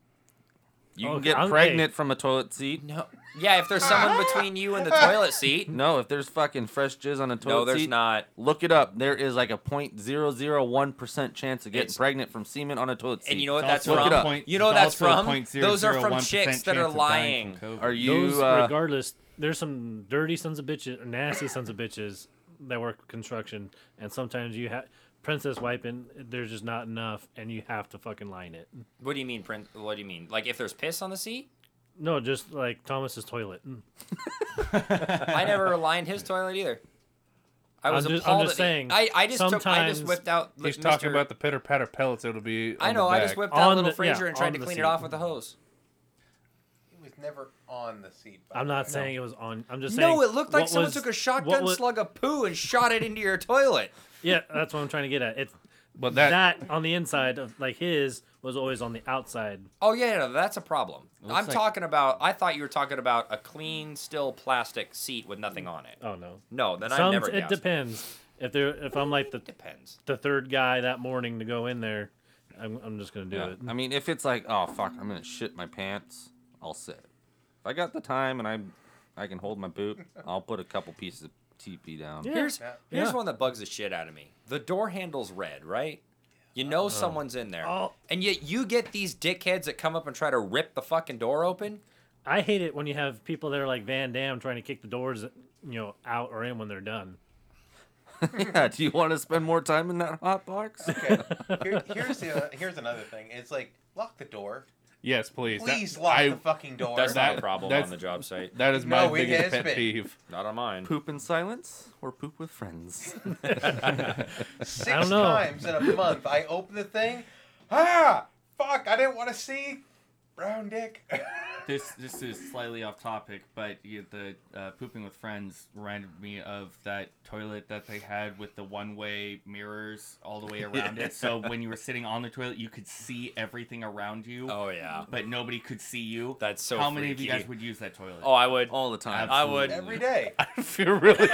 Speaker 3: You can
Speaker 2: Okay,
Speaker 3: get
Speaker 2: Oh, okay.
Speaker 3: pregnant from a toilet seat? No.
Speaker 5: Yeah, if there's someone between you and the toilet seat.
Speaker 3: No, if there's fucking fresh jizz on a toilet
Speaker 5: No, there's
Speaker 3: seat,
Speaker 5: not.
Speaker 3: look it up. There is like a 0.001% chance of getting
Speaker 5: It's-
Speaker 3: pregnant from semen on a toilet seat.
Speaker 5: And you know what
Speaker 6: It's
Speaker 5: that's
Speaker 6: also
Speaker 3: a
Speaker 5: from?
Speaker 6: point-
Speaker 5: you know what
Speaker 6: it's
Speaker 5: that's
Speaker 6: also a
Speaker 5: from? Those are from
Speaker 6: 0.001%
Speaker 5: chicks that are
Speaker 6: chance of dying
Speaker 5: lying.
Speaker 6: from COVID.
Speaker 3: Are you
Speaker 2: those
Speaker 3: uh,
Speaker 2: regardless there's some dirty sons of bitches nasty sons of bitches that work construction and sometimes you have princess wiping there's just not enough and you have to fucking line it
Speaker 5: What do you mean, print? What do you mean? Like if there's piss on the seat?
Speaker 2: no just like thomas's toilet Mm.
Speaker 5: I never lined his toilet either. I was
Speaker 2: I'm just- I'm
Speaker 5: appalled.
Speaker 2: just
Speaker 5: at-
Speaker 2: saying,
Speaker 5: I, I just took, I just
Speaker 2: sometimes
Speaker 5: whipped out.
Speaker 7: He's
Speaker 5: Mr.
Speaker 7: talking about the pitter patter pellets. It'll be.
Speaker 5: I
Speaker 7: on
Speaker 5: know.
Speaker 7: The
Speaker 5: I just
Speaker 7: back.
Speaker 5: whipped out
Speaker 2: On
Speaker 5: little
Speaker 2: the-
Speaker 5: freezer
Speaker 2: yeah,
Speaker 5: and tried
Speaker 2: on
Speaker 5: to
Speaker 2: the
Speaker 5: clean
Speaker 2: seat.
Speaker 5: it off with a hose.
Speaker 4: It was never on the seat. by
Speaker 2: i'm
Speaker 4: the
Speaker 2: not
Speaker 4: way.
Speaker 2: saying it was on i'm just saying
Speaker 5: No, it looked like
Speaker 2: what
Speaker 5: someone
Speaker 2: was-
Speaker 5: took a
Speaker 2: what
Speaker 5: shotgun
Speaker 2: was-
Speaker 5: slug of poo and shot it into your toilet.
Speaker 2: yeah that's what i'm trying to get at it's
Speaker 7: But that,
Speaker 2: that, on the inside of like his was always on the outside
Speaker 5: Oh yeah, no, that's a problem. I'm
Speaker 6: looks like-
Speaker 5: talking about. I thought you were talking about a clean, still plastic seat with nothing on it.
Speaker 2: oh no
Speaker 5: No, then I
Speaker 2: Some,
Speaker 5: never.
Speaker 2: it
Speaker 5: It
Speaker 2: depends if there if i'm like the
Speaker 5: depends.
Speaker 2: the third guy that morning to go in there i'm, I'm just gonna do
Speaker 3: Yeah.
Speaker 2: it
Speaker 3: uh, I mean, if it's like, oh fuck, I'm gonna shit my pants, I'll sit. If I got the time and I, I can hold my poop, I'll put a couple pieces of TP down.
Speaker 2: Yeah.
Speaker 5: Here's here's
Speaker 2: Yeah.
Speaker 5: one that bugs the shit out of me. The door handle's red, right? You
Speaker 2: Uh-huh.
Speaker 5: know someone's in there,
Speaker 2: Oh.
Speaker 5: and yet you get these dickheads that come up and try to rip the fucking door open.
Speaker 2: I hate it when you have people that are like Van Damme trying to kick the doors, you know, out or in when they're done.
Speaker 3: yeah. Do you want to spend more time in that hot box?
Speaker 4: Okay. Here, here's the, here's another thing. It's like lock the door.
Speaker 7: yes, please. that-
Speaker 4: Please lock
Speaker 7: I-
Speaker 4: the fucking door.
Speaker 5: That's
Speaker 7: That-
Speaker 5: not a problem
Speaker 7: that's-
Speaker 5: on the job site.
Speaker 7: That is my
Speaker 4: No, it
Speaker 7: biggest
Speaker 4: has
Speaker 7: pet
Speaker 4: been.
Speaker 7: peeve.
Speaker 5: Not on mine.
Speaker 3: poop in silence or poop with friends?
Speaker 4: Six
Speaker 2: I don't know.
Speaker 4: times in a month, I open the thing. Ah, fuck! I didn't want to see brown dick.
Speaker 6: This this is slightly off topic, but you, the uh, pooping with friends reminded me of that toilet that they had with the one way mirrors all the way around it. So when you were sitting on the toilet, you could see everything around you,
Speaker 5: Oh yeah,
Speaker 6: but nobody could see you.
Speaker 5: that's so.
Speaker 6: How many of you
Speaker 5: freaky.
Speaker 6: guys would use that toilet?
Speaker 5: Oh, I would,
Speaker 3: All the time.
Speaker 5: I would,
Speaker 4: Every day.
Speaker 7: I feel really.
Speaker 5: and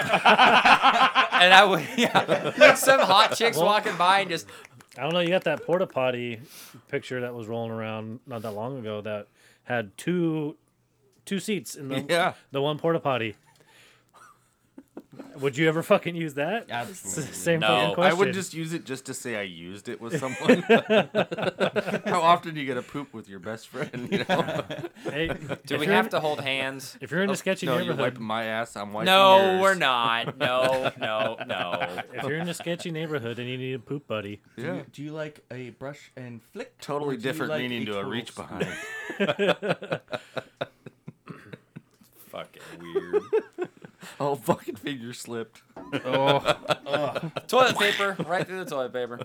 Speaker 5: I would. Yeah, like some hot chicks walking by and just.
Speaker 2: I don't know. You got that porta potty picture that was rolling around not that long ago that had two two seats in the
Speaker 3: Yeah.
Speaker 2: the one porta potty. Would you ever fucking use that?
Speaker 6: Absolutely.
Speaker 2: Same
Speaker 5: No,
Speaker 2: fucking
Speaker 3: Oh, I
Speaker 2: question.
Speaker 3: would just use it just to say I used it with someone. How often do you get a poop with your best friend? You know?
Speaker 2: Hey,
Speaker 5: Do
Speaker 2: if
Speaker 5: we
Speaker 2: you're
Speaker 5: have
Speaker 2: in-
Speaker 5: to hold hands?
Speaker 2: If you're in a sketchy
Speaker 3: Oh, no, you're
Speaker 2: neighborhood,
Speaker 3: wiping my ass. I'm wiping
Speaker 5: No,
Speaker 3: yours.
Speaker 5: we're not. No, no, no.
Speaker 2: if you're in a sketchy neighborhood and you need a poop buddy,
Speaker 6: Do,
Speaker 3: Yeah.
Speaker 6: you, do you like a brush and flick?
Speaker 3: Totally
Speaker 6: or do you
Speaker 3: different
Speaker 6: like
Speaker 3: meaning to a
Speaker 6: total
Speaker 3: reach
Speaker 6: scoop?
Speaker 3: behind.
Speaker 5: Fucking weird.
Speaker 3: oh, fucking finger slipped.
Speaker 7: Oh,
Speaker 5: toilet paper, right through the toilet paper.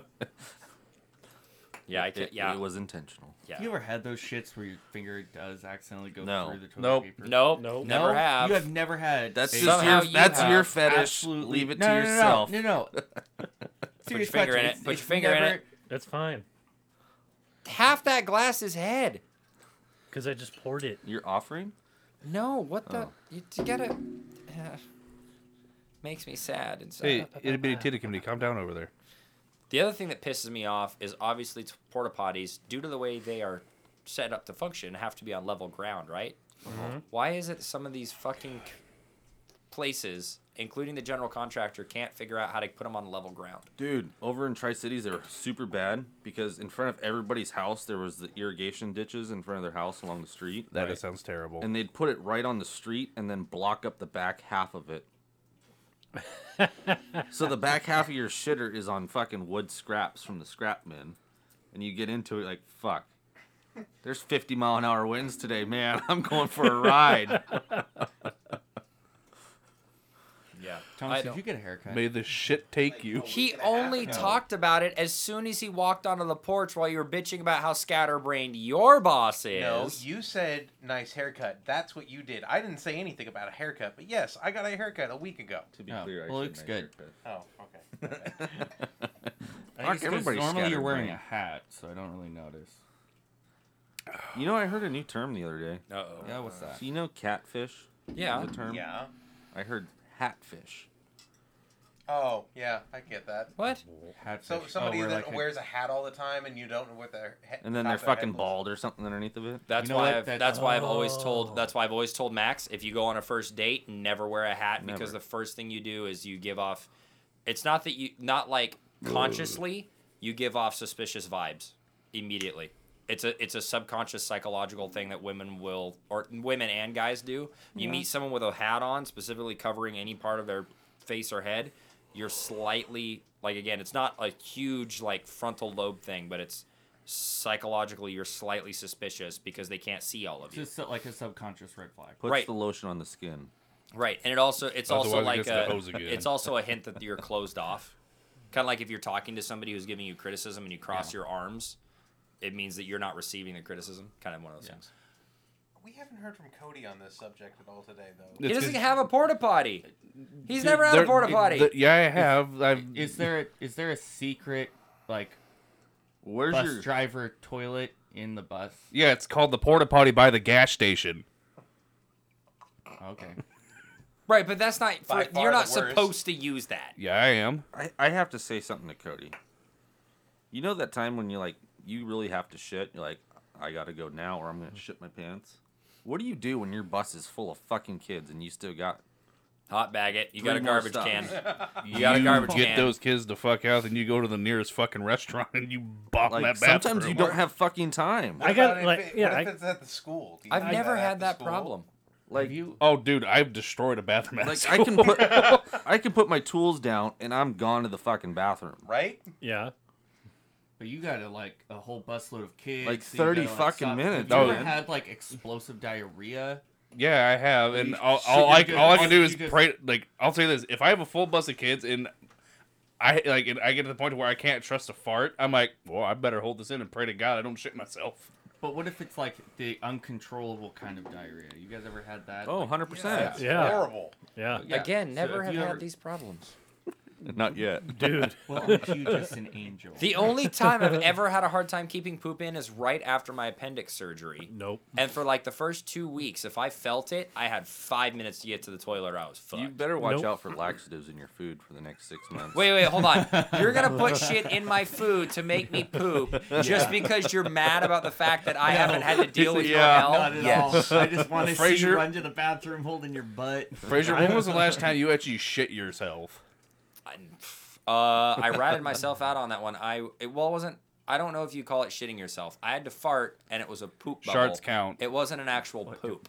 Speaker 5: Yeah, I can't.
Speaker 3: It,
Speaker 5: Yeah,
Speaker 3: it was intentional.
Speaker 5: yeah.
Speaker 6: You ever had those shits where your finger does accidentally go
Speaker 3: No.
Speaker 6: through the toilet
Speaker 7: Nope.
Speaker 6: paper?
Speaker 5: Nope,
Speaker 2: No.
Speaker 5: never
Speaker 6: No?
Speaker 5: have.
Speaker 6: You have never had.
Speaker 3: That's
Speaker 6: a-
Speaker 3: just
Speaker 5: Somehow
Speaker 3: your,
Speaker 5: you
Speaker 3: that's
Speaker 5: have
Speaker 3: your fetish.
Speaker 6: Absolutely.
Speaker 3: Leave it
Speaker 6: no,
Speaker 3: to
Speaker 6: no, no,
Speaker 3: yourself.
Speaker 6: No, no, no.
Speaker 5: Put your finger in it. Put your finger in it.
Speaker 2: that's fine
Speaker 5: Half that glass is head.
Speaker 2: because I just poured it.
Speaker 3: You're offering?
Speaker 5: No, what the? You, you gotta. uh, makes me sad inside.
Speaker 7: hey, itty bitty titty committee, calm down over there.
Speaker 5: The other thing that pisses me off is obviously t- porta potties, due to the way they are set up to function, have to be on level ground, right? Why is it some of these fucking c- places, including the general contractor, can't figure out how to put them on level ground?
Speaker 3: Dude, over in Tri Cities, they were super bad because in front of everybody's house, there was the irrigation ditches in front of their house along the street.
Speaker 7: That sounds terrible.
Speaker 3: and they'd put it right on the street and then block up the back half of it. so the back half of your shitter is on fucking wood scraps from the scrap bin, and you get into it like fuck. There's 50 mile an hour winds today, man. I'm going for a ride.
Speaker 5: Yeah.
Speaker 6: Thomas, did you get a haircut?
Speaker 7: May the shit take you.
Speaker 5: He only talked about it as soon as he walked onto the porch while you were bitching about how scatterbrained your boss is.
Speaker 4: No, you said nice haircut. That's what you did. I didn't say anything about a haircut, but yes, I got a haircut a week ago.
Speaker 3: to be
Speaker 6: Oh,
Speaker 3: clear, I
Speaker 6: well,
Speaker 3: said
Speaker 6: looks
Speaker 3: nice
Speaker 6: good.
Speaker 3: haircut.
Speaker 4: Oh, okay.
Speaker 6: I think it's 'cause
Speaker 3: everybody's
Speaker 6: normally you're
Speaker 3: scattered,
Speaker 6: wearing
Speaker 3: right?
Speaker 6: a hat, so I don't really notice.
Speaker 3: You know, I heard a new term the other day.
Speaker 5: Uh-oh.
Speaker 6: Yeah, what's that?
Speaker 3: So you know, catfish.
Speaker 5: Yeah.
Speaker 3: is a term.
Speaker 4: yeah.
Speaker 3: I heard hatfish.
Speaker 4: Oh, yeah. I get that.
Speaker 5: What?
Speaker 6: Hat
Speaker 4: So
Speaker 6: fish.
Speaker 4: somebody
Speaker 6: oh, we're
Speaker 4: that
Speaker 6: like a-
Speaker 4: wears a hat all the time and you don't know what their he-
Speaker 3: And then
Speaker 4: top
Speaker 3: they're
Speaker 4: of their head
Speaker 3: fucking
Speaker 4: looks-
Speaker 3: bald or something underneath of it.
Speaker 5: That's
Speaker 6: You know
Speaker 5: why
Speaker 6: what?
Speaker 5: I've, that's,
Speaker 6: That's-
Speaker 5: why I've always told that's why I've always told Max if you go on a first date never wear a hat because
Speaker 3: Never.
Speaker 5: the first thing you do is you give off it's not that you not like consciously you give off suspicious vibes immediately. It's a it's a subconscious psychological thing that women will or women and guys do. You meet someone with a hat on specifically covering any part of their face or head, you're slightly like again, it's not a huge like frontal lobe thing, but it's psychologically you're slightly suspicious because they can't see all of you.
Speaker 6: Just so- like a subconscious red flag.
Speaker 3: Puts
Speaker 5: Right.
Speaker 3: the lotion on the skin.
Speaker 5: Right, and it also it's also
Speaker 7: Otherwise it
Speaker 5: like
Speaker 7: gets to
Speaker 5: a,
Speaker 7: hose again.
Speaker 5: it's also a hint that you're closed off. Kind of like if you're talking to somebody who's giving you criticism and you cross your arms, it means that you're not receiving the criticism. Kind of one of those things.
Speaker 4: We haven't heard from Cody on this subject at all today, though.
Speaker 5: He
Speaker 7: It's
Speaker 5: doesn't
Speaker 7: 'cause-
Speaker 5: have a porta potty. He's
Speaker 7: Dude,
Speaker 5: never had a
Speaker 7: there-
Speaker 5: porta
Speaker 7: it-
Speaker 5: potty.
Speaker 7: the- yeah, I have. I've,
Speaker 6: Is there a, is there a secret like
Speaker 3: Where's
Speaker 6: bus
Speaker 3: your
Speaker 6: driver toilet in the bus?
Speaker 7: yeah, it's called the porta potty by the gas station.
Speaker 6: Okay.
Speaker 5: right, but that's not for,
Speaker 4: By far
Speaker 5: you're not
Speaker 4: the worst.
Speaker 5: supposed to use that.
Speaker 7: Yeah, I am.
Speaker 3: I, I have to say something to Cody. You know that time when you're like, you really have to shit? You're like, I gotta go now or I'm gonna shit my pants? What do you do when your bus is full of fucking kids and you still got.
Speaker 5: Hot bag it. You
Speaker 3: Three
Speaker 5: got a
Speaker 3: more
Speaker 5: garbage
Speaker 3: stops.
Speaker 5: can. You got a garbage
Speaker 7: Get
Speaker 5: can.
Speaker 7: those kids the fuck out, and you go to the nearest fucking restaurant and you bomb
Speaker 3: Like,
Speaker 7: that
Speaker 3: sometimes you
Speaker 7: bathroom.
Speaker 3: don't have fucking time.
Speaker 2: I got,
Speaker 4: What about
Speaker 2: like,
Speaker 4: if it-
Speaker 2: yeah,
Speaker 4: What if
Speaker 2: I-
Speaker 4: it's at the school? Do you
Speaker 5: I've
Speaker 4: do
Speaker 5: never
Speaker 4: at
Speaker 5: had
Speaker 4: the
Speaker 5: that
Speaker 4: school?
Speaker 5: problem.
Speaker 6: Have
Speaker 3: Like,
Speaker 6: you
Speaker 7: Oh, dude, I've destroyed a bathroom. at
Speaker 3: like I
Speaker 7: school.
Speaker 3: can put I can put my tools down and I'm gone to the fucking bathroom.
Speaker 4: Right?
Speaker 2: Yeah.
Speaker 6: but you got to like a whole busload of kids.
Speaker 3: Like
Speaker 6: so you
Speaker 3: 30
Speaker 6: gotta,
Speaker 3: fucking
Speaker 6: stop-
Speaker 3: minutes,
Speaker 6: Have you ever
Speaker 7: dude.
Speaker 6: had like explosive diarrhea?
Speaker 7: Yeah, I have, and
Speaker 6: You-
Speaker 7: all,
Speaker 6: so
Speaker 7: all
Speaker 6: you're
Speaker 7: I
Speaker 6: good.
Speaker 7: all I
Speaker 6: All
Speaker 7: can do
Speaker 6: you
Speaker 7: is
Speaker 6: just-
Speaker 7: pray. Like I'll say this: if I have a full bus of kids and I like, and I get to the point where I can't trust a fart, I'm like, well, I better hold this in and pray to God I don't shit myself.
Speaker 6: But what if it's like the uncontrollable kind of diarrhea? You guys ever had that?
Speaker 3: Oh,
Speaker 6: Like,
Speaker 3: 100%.
Speaker 4: It's
Speaker 2: Yeah.
Speaker 4: Horrible.
Speaker 2: Yeah.
Speaker 6: yeah,
Speaker 5: Again,
Speaker 6: so
Speaker 5: never
Speaker 6: if
Speaker 5: have
Speaker 6: you
Speaker 5: had
Speaker 6: ever-
Speaker 5: these problems.
Speaker 3: Not yet.
Speaker 2: Dude.
Speaker 6: Well, aren't you just an angel?
Speaker 5: The only time I've ever had a hard time keeping poop in is right after my appendix surgery.
Speaker 2: Nope.
Speaker 5: And for like the first two weeks, if I felt it, I had five minutes to get to the toilet or I was fucked.
Speaker 3: You better watch
Speaker 2: Nope.
Speaker 3: out for laxatives in your food for the next six months.
Speaker 5: Wait, wait, hold on. You're gonna put shit in my food to make me poop just because you're mad about the fact that I haven't had to deal with
Speaker 7: Yeah.
Speaker 5: your
Speaker 6: Not
Speaker 5: hell.
Speaker 6: at
Speaker 5: Yes.
Speaker 6: all. I just want to see
Speaker 7: Frasier-
Speaker 6: you run to the bathroom holding your butt.
Speaker 7: Fraser, when was the last time you actually shit yourself?
Speaker 5: Uh, I ratted myself out on that one. I it, well it wasn't. I don't know if you call it shitting yourself. I had to fart and it was a poop bubble.
Speaker 7: Sharts count.
Speaker 5: It wasn't an actual poop.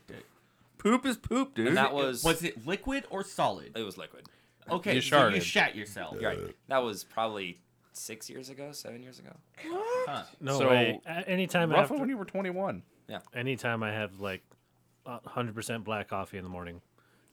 Speaker 3: Poop is poop, dude.
Speaker 5: And that was Uh,
Speaker 6: Was it liquid or solid?
Speaker 5: it was liquid.
Speaker 6: Okay,
Speaker 7: You
Speaker 6: so you
Speaker 7: sharted.
Speaker 6: shat yourself.
Speaker 5: You're right. That was probably six years ago, seven years ago.
Speaker 6: Huh.
Speaker 2: No
Speaker 7: So,
Speaker 2: way. A- Anytime I have,
Speaker 7: Roughly when you were 21.
Speaker 2: anytime I have like a 100% black coffee in the morning,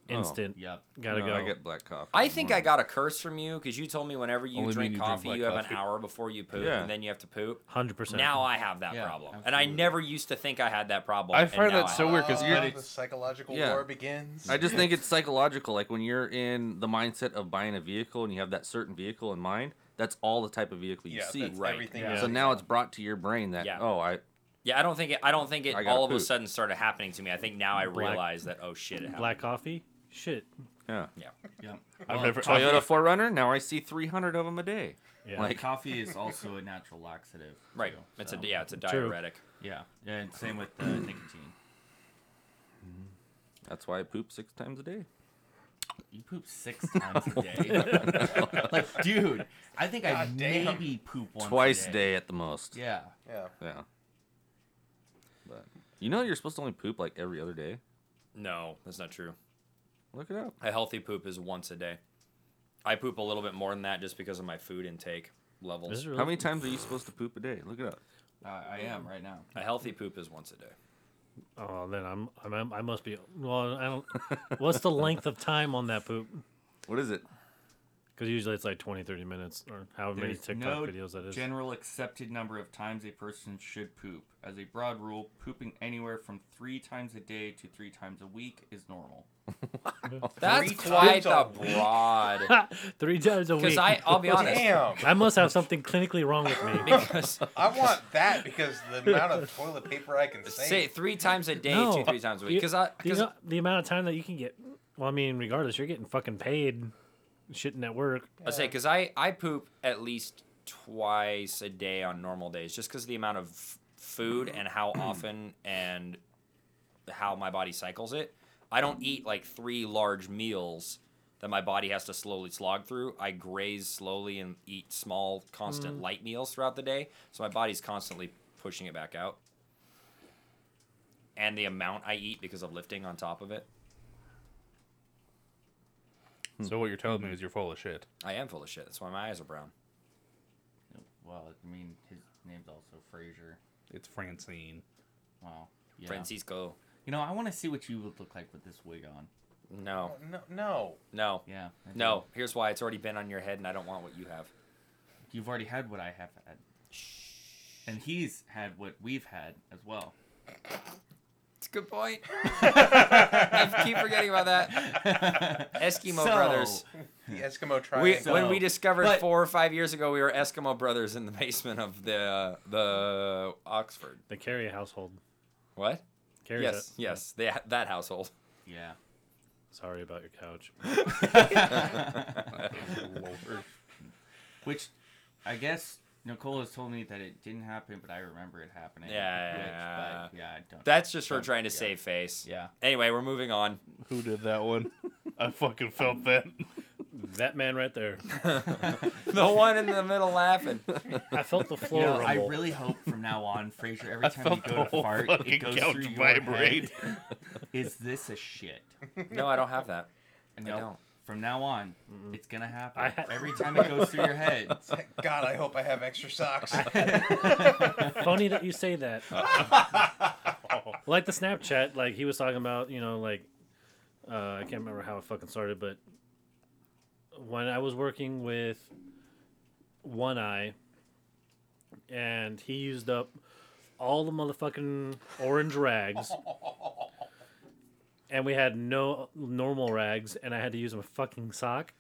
Speaker 2: instant.
Speaker 6: Yep.
Speaker 2: Gotta
Speaker 3: No,
Speaker 2: go.
Speaker 3: I get black coffee.
Speaker 5: Oh, I
Speaker 3: in the
Speaker 5: think I
Speaker 3: morning.
Speaker 5: got a curse from you because you told me whenever you
Speaker 7: Only mean
Speaker 5: drink
Speaker 7: you drink
Speaker 5: coffee,
Speaker 7: black
Speaker 5: you have
Speaker 7: coffee.
Speaker 5: an hour before you poop,
Speaker 3: Yeah.
Speaker 5: and then you have to poop.
Speaker 2: 100%.
Speaker 5: Now I have that
Speaker 6: Yeah,
Speaker 5: problem, and I never used to think I had that problem.
Speaker 7: I
Speaker 5: and
Speaker 7: find
Speaker 5: now
Speaker 7: that
Speaker 5: I
Speaker 7: so
Speaker 5: have
Speaker 7: weird because
Speaker 4: Oh,
Speaker 7: you're
Speaker 4: the psychological
Speaker 3: Yeah.
Speaker 4: war begins.
Speaker 3: I just think it's psychological. Like when you're in the mindset of buying a vehicle and you have that certain vehicle in mind, that's all the type of vehicle you
Speaker 4: yeah,
Speaker 3: see.
Speaker 4: that's
Speaker 5: right.
Speaker 4: everything.
Speaker 2: Yeah.
Speaker 4: you
Speaker 3: So
Speaker 4: see.
Speaker 3: now it's brought to your brain that
Speaker 5: Yeah.
Speaker 3: oh I
Speaker 5: Yeah, I don't think it. I don't think it.
Speaker 3: I gotta
Speaker 5: All of a
Speaker 3: poop.
Speaker 5: sudden started happening to me. I think now I realize that. Oh shit! It happened.
Speaker 2: Black coffee? Shit.
Speaker 3: yeah
Speaker 5: Yeah.
Speaker 6: Yep.
Speaker 7: I've
Speaker 6: Well,
Speaker 7: never
Speaker 3: Toyota 4Runner. Now I see 300 of them a day.
Speaker 2: Yeah.
Speaker 3: Like
Speaker 6: Coffee is also a natural laxative.
Speaker 5: Right.
Speaker 6: too,
Speaker 5: It's
Speaker 6: so-
Speaker 5: a yeah. It's a
Speaker 2: True.
Speaker 5: diuretic.
Speaker 6: Yeah. And same with uh, nicotine.
Speaker 3: That's why I poop six times a day.
Speaker 6: You poop six times a day. like, dude, I think I
Speaker 4: God damn.
Speaker 6: maybe poop once
Speaker 3: Twice
Speaker 6: a
Speaker 3: a
Speaker 6: day.
Speaker 3: day at the most.
Speaker 6: Yeah.
Speaker 4: Yeah.
Speaker 3: Yeah. But you know you're supposed to only poop like every other day.
Speaker 5: No, that's not true.
Speaker 3: Look it up.
Speaker 5: A healthy poop is once a day. I poop a little bit more than that just because of my food intake
Speaker 2: This
Speaker 5: levels.
Speaker 2: is really,
Speaker 3: How many times are you supposed to poop a day? Look it up.
Speaker 6: Uh, I am right now.
Speaker 5: A healthy poop is once a day.
Speaker 2: Oh, then I'm, I'm I must be. Well, I don't. What's the length of time on that poop?
Speaker 3: What is it?
Speaker 2: Because usually it's like 20, 30 minutes or however many
Speaker 6: There's
Speaker 2: TikTok
Speaker 6: no
Speaker 2: videos that is.
Speaker 6: general accepted number of times a person should poop. As a broad rule, pooping anywhere from three times a day to three times a week is normal.
Speaker 5: That's
Speaker 4: Three
Speaker 5: quite
Speaker 4: times
Speaker 5: the
Speaker 4: a week?
Speaker 5: broad.
Speaker 2: Three times a
Speaker 5: Because
Speaker 2: week.
Speaker 5: I, I'll be honest.
Speaker 4: Damn.
Speaker 2: I must have something clinically wrong with me.
Speaker 5: Because
Speaker 4: I want that because the amount of toilet paper I can save.
Speaker 5: say three times a day,
Speaker 2: No.
Speaker 5: two, three times a week.
Speaker 2: You-
Speaker 5: Because I,
Speaker 2: you
Speaker 5: because
Speaker 2: know, the amount of time that you can get. Well, I mean, regardless, you're getting fucking paid, shitting at work.
Speaker 5: I say because I I poop at least twice a day on normal days, just because of the amount of f- food and how often and how my body cycles it. I don't eat like three large meals that my body has to slowly slog through. I graze slowly and eat small, constant light meals throughout the day, so my body's constantly pushing it back out. And the amount I eat because of lifting on top of it,
Speaker 7: So what you're telling me is you're full of shit.
Speaker 5: I am full of shit. That's why my eyes are brown.
Speaker 6: Well, I mean, his name's also Fraser.
Speaker 7: It's Francine.
Speaker 6: Wow. Yeah.
Speaker 5: Francisco,
Speaker 6: You know, I want to see what you would look like with this wig on.
Speaker 5: no,
Speaker 4: no, no.
Speaker 5: no.
Speaker 6: Yeah. I do.
Speaker 5: No, here's why. It's already been on your head, and I don't want what you have.
Speaker 6: You've already had what I have had. And he's had what we've had as well.
Speaker 5: It's a good point. I keep forgetting about that. Eskimo
Speaker 6: So,
Speaker 5: brothers.
Speaker 4: The Eskimo
Speaker 5: We,
Speaker 4: triangle.
Speaker 5: when we discovered
Speaker 6: but-
Speaker 5: four or five years ago, we were Eskimo brothers in the basement of the uh, the Oxford.
Speaker 2: The Carey household. uh,
Speaker 5: What?
Speaker 2: Carey's
Speaker 5: yes,
Speaker 2: a-
Speaker 5: yes, they, that household.
Speaker 6: Yeah.
Speaker 2: Sorry about your couch.
Speaker 6: Which I guess Nicole has told me that it didn't happen, but I remember it happening.
Speaker 5: Yeah.
Speaker 6: Which, but, yeah, I don't.
Speaker 5: That's just her trying to
Speaker 6: yeah.
Speaker 5: save face.
Speaker 6: yeah.
Speaker 5: Anyway, we're moving on.
Speaker 7: Who did that one? I fucking felt that.
Speaker 2: That man right there.
Speaker 5: The one in the middle laughing.
Speaker 2: I felt the
Speaker 6: You
Speaker 2: floor
Speaker 6: know, I
Speaker 2: rumble.
Speaker 6: really hope from now on, Fraser, every
Speaker 7: I
Speaker 6: time you
Speaker 7: felt the
Speaker 6: go to
Speaker 7: whole
Speaker 6: fart,
Speaker 7: fucking
Speaker 6: it
Speaker 5: Oh,
Speaker 6: goes
Speaker 7: couch
Speaker 6: through your
Speaker 7: vibrate.
Speaker 6: head. Is this a shit?
Speaker 5: No, I don't have that.
Speaker 6: No.
Speaker 5: don't.
Speaker 6: From now on, it's gonna happen.
Speaker 2: I ha-
Speaker 6: every time it goes through your head.
Speaker 4: God, I hope I have extra socks.
Speaker 2: Funny that you say that. like the Snapchat, like he was talking about, you know, like uh, I can't remember how it fucking started, but when I was working with One Eye, and he used up all the motherfucking orange rags. And we had no normal rags, and I had to use a fucking sock.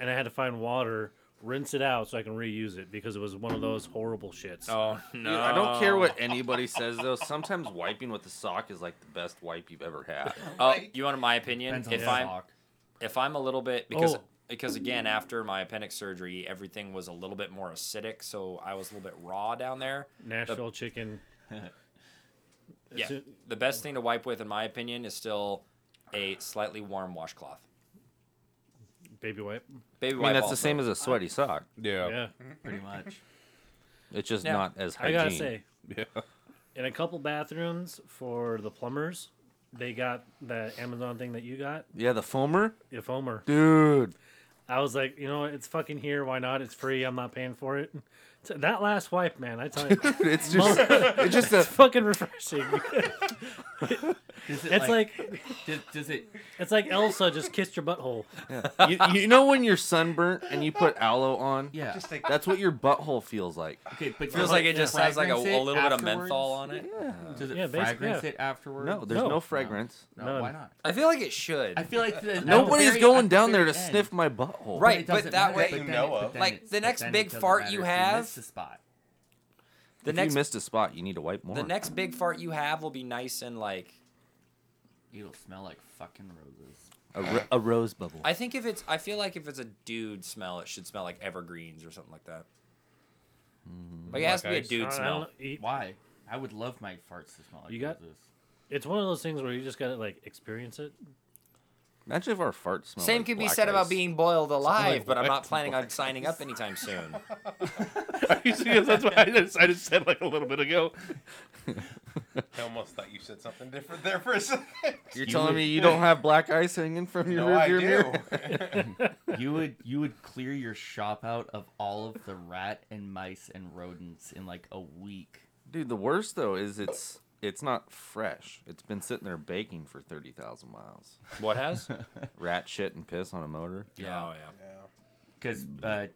Speaker 2: And I had to find water, rinse it out so I can reuse it because it was one of those horrible shits.
Speaker 5: Oh no!
Speaker 3: Dude, I don't care what anybody says though. Sometimes wiping with a sock is like the best wipe you've ever had.
Speaker 5: Oh, you want my opinion?
Speaker 6: Depends on
Speaker 5: If
Speaker 6: the
Speaker 5: I'm
Speaker 6: sock.
Speaker 5: if I'm a little bit because
Speaker 2: Oh.
Speaker 5: because again after my appendix surgery everything was a little bit more acidic so I was a little bit raw down there.
Speaker 2: Nashville chicken.
Speaker 5: yeah.
Speaker 2: it-
Speaker 5: the best thing to wipe with in my opinion is still a slightly warm washcloth.
Speaker 2: baby wipe.
Speaker 5: Baby
Speaker 3: I
Speaker 5: wipe
Speaker 3: mean that's
Speaker 5: also.
Speaker 3: the same as a sweaty sock.
Speaker 7: Yeah.
Speaker 2: Yeah,
Speaker 6: pretty much.
Speaker 3: It's just
Speaker 5: Yeah.
Speaker 3: not as
Speaker 2: I
Speaker 3: hygiene.
Speaker 2: gotta say,
Speaker 7: Yeah.
Speaker 2: in a couple bathrooms for the plumbers, they got that Amazon thing that you got,
Speaker 3: Yeah, the foamer,
Speaker 2: the foamer.
Speaker 3: dude.
Speaker 2: I was like, you know, what, it's fucking here. Why not? It's free. I'm not paying for it. So That last wipe, man, I tell you,
Speaker 3: It's just it's just a
Speaker 2: fucking refreshing.
Speaker 6: Does it
Speaker 2: It's like,
Speaker 6: does, does it
Speaker 2: it's like Elsa just kissed your butthole.
Speaker 3: you, you know when you're sunburnt and you put aloe on.
Speaker 6: yeah
Speaker 4: Just a,
Speaker 3: That's what your butthole feels like.
Speaker 6: okay but
Speaker 5: feels like it just has like a,
Speaker 6: fragrance
Speaker 5: a
Speaker 6: it
Speaker 5: little bit of
Speaker 6: afterwards?
Speaker 5: menthol on it.
Speaker 6: Does it
Speaker 2: Yeah, basically,
Speaker 6: fragrance
Speaker 2: yeah.
Speaker 6: it afterwards?
Speaker 3: No, there's
Speaker 2: No.
Speaker 3: no, fragrance.
Speaker 6: no,
Speaker 2: none.
Speaker 6: why not?
Speaker 5: I feel like it should.
Speaker 6: I feel like the,
Speaker 3: Nobody's
Speaker 6: very-
Speaker 3: going
Speaker 6: at the
Speaker 3: down there to
Speaker 6: very end.
Speaker 3: sniff my butthole.
Speaker 5: Right.
Speaker 6: it
Speaker 5: but
Speaker 6: doesn't
Speaker 5: that
Speaker 6: matter,
Speaker 5: way-
Speaker 6: but
Speaker 4: You
Speaker 6: then
Speaker 4: know
Speaker 6: it- but
Speaker 4: of.
Speaker 6: then
Speaker 5: Like,
Speaker 6: it-
Speaker 5: the
Speaker 6: but
Speaker 5: next
Speaker 6: then it
Speaker 5: big
Speaker 6: doesn't
Speaker 5: fart
Speaker 6: matter
Speaker 5: you
Speaker 6: if
Speaker 5: have-
Speaker 6: missed a spot.
Speaker 5: the
Speaker 3: if
Speaker 5: next
Speaker 3: you missed a spot, you need to wipe more.
Speaker 5: the next big fart you have will be nice and like
Speaker 6: It'll smell like fucking roses.
Speaker 3: a, ro- a rose bubble.
Speaker 5: I think if it's I feel like if it's a dude smell it should smell like evergreens or something like that. Like it has to be a
Speaker 7: Like ice.
Speaker 5: dude
Speaker 2: Hmm. I- I
Speaker 5: smell.
Speaker 2: don't know, you-
Speaker 6: Why? I would love my farts to smell like
Speaker 2: You got-
Speaker 6: roses.
Speaker 2: It's one of those things where you just gotta like experience it.
Speaker 3: Imagine if our farts smelled
Speaker 5: Same
Speaker 3: like
Speaker 5: could be
Speaker 3: black
Speaker 5: said about
Speaker 3: ice.
Speaker 5: being boiled alive, but I'm
Speaker 3: wet
Speaker 5: not planning on signing up anytime soon.
Speaker 7: You see, that's what I just, I just said like a little bit ago.
Speaker 4: I almost thought you said something different there for a second.
Speaker 3: You're telling me you don't have black ice hanging from your
Speaker 4: no,
Speaker 3: rear
Speaker 4: I
Speaker 3: view
Speaker 4: do.
Speaker 3: mirror?
Speaker 6: You would you would clear your shop out of all of the rat and mice and rodents in like a week.
Speaker 3: Dude, the worst though is it's it's not fresh. It's been sitting there baking for thirty thousand miles.
Speaker 5: What has?
Speaker 3: Rat shit and piss on a motor.
Speaker 5: Oh, Yeah.
Speaker 6: because uh,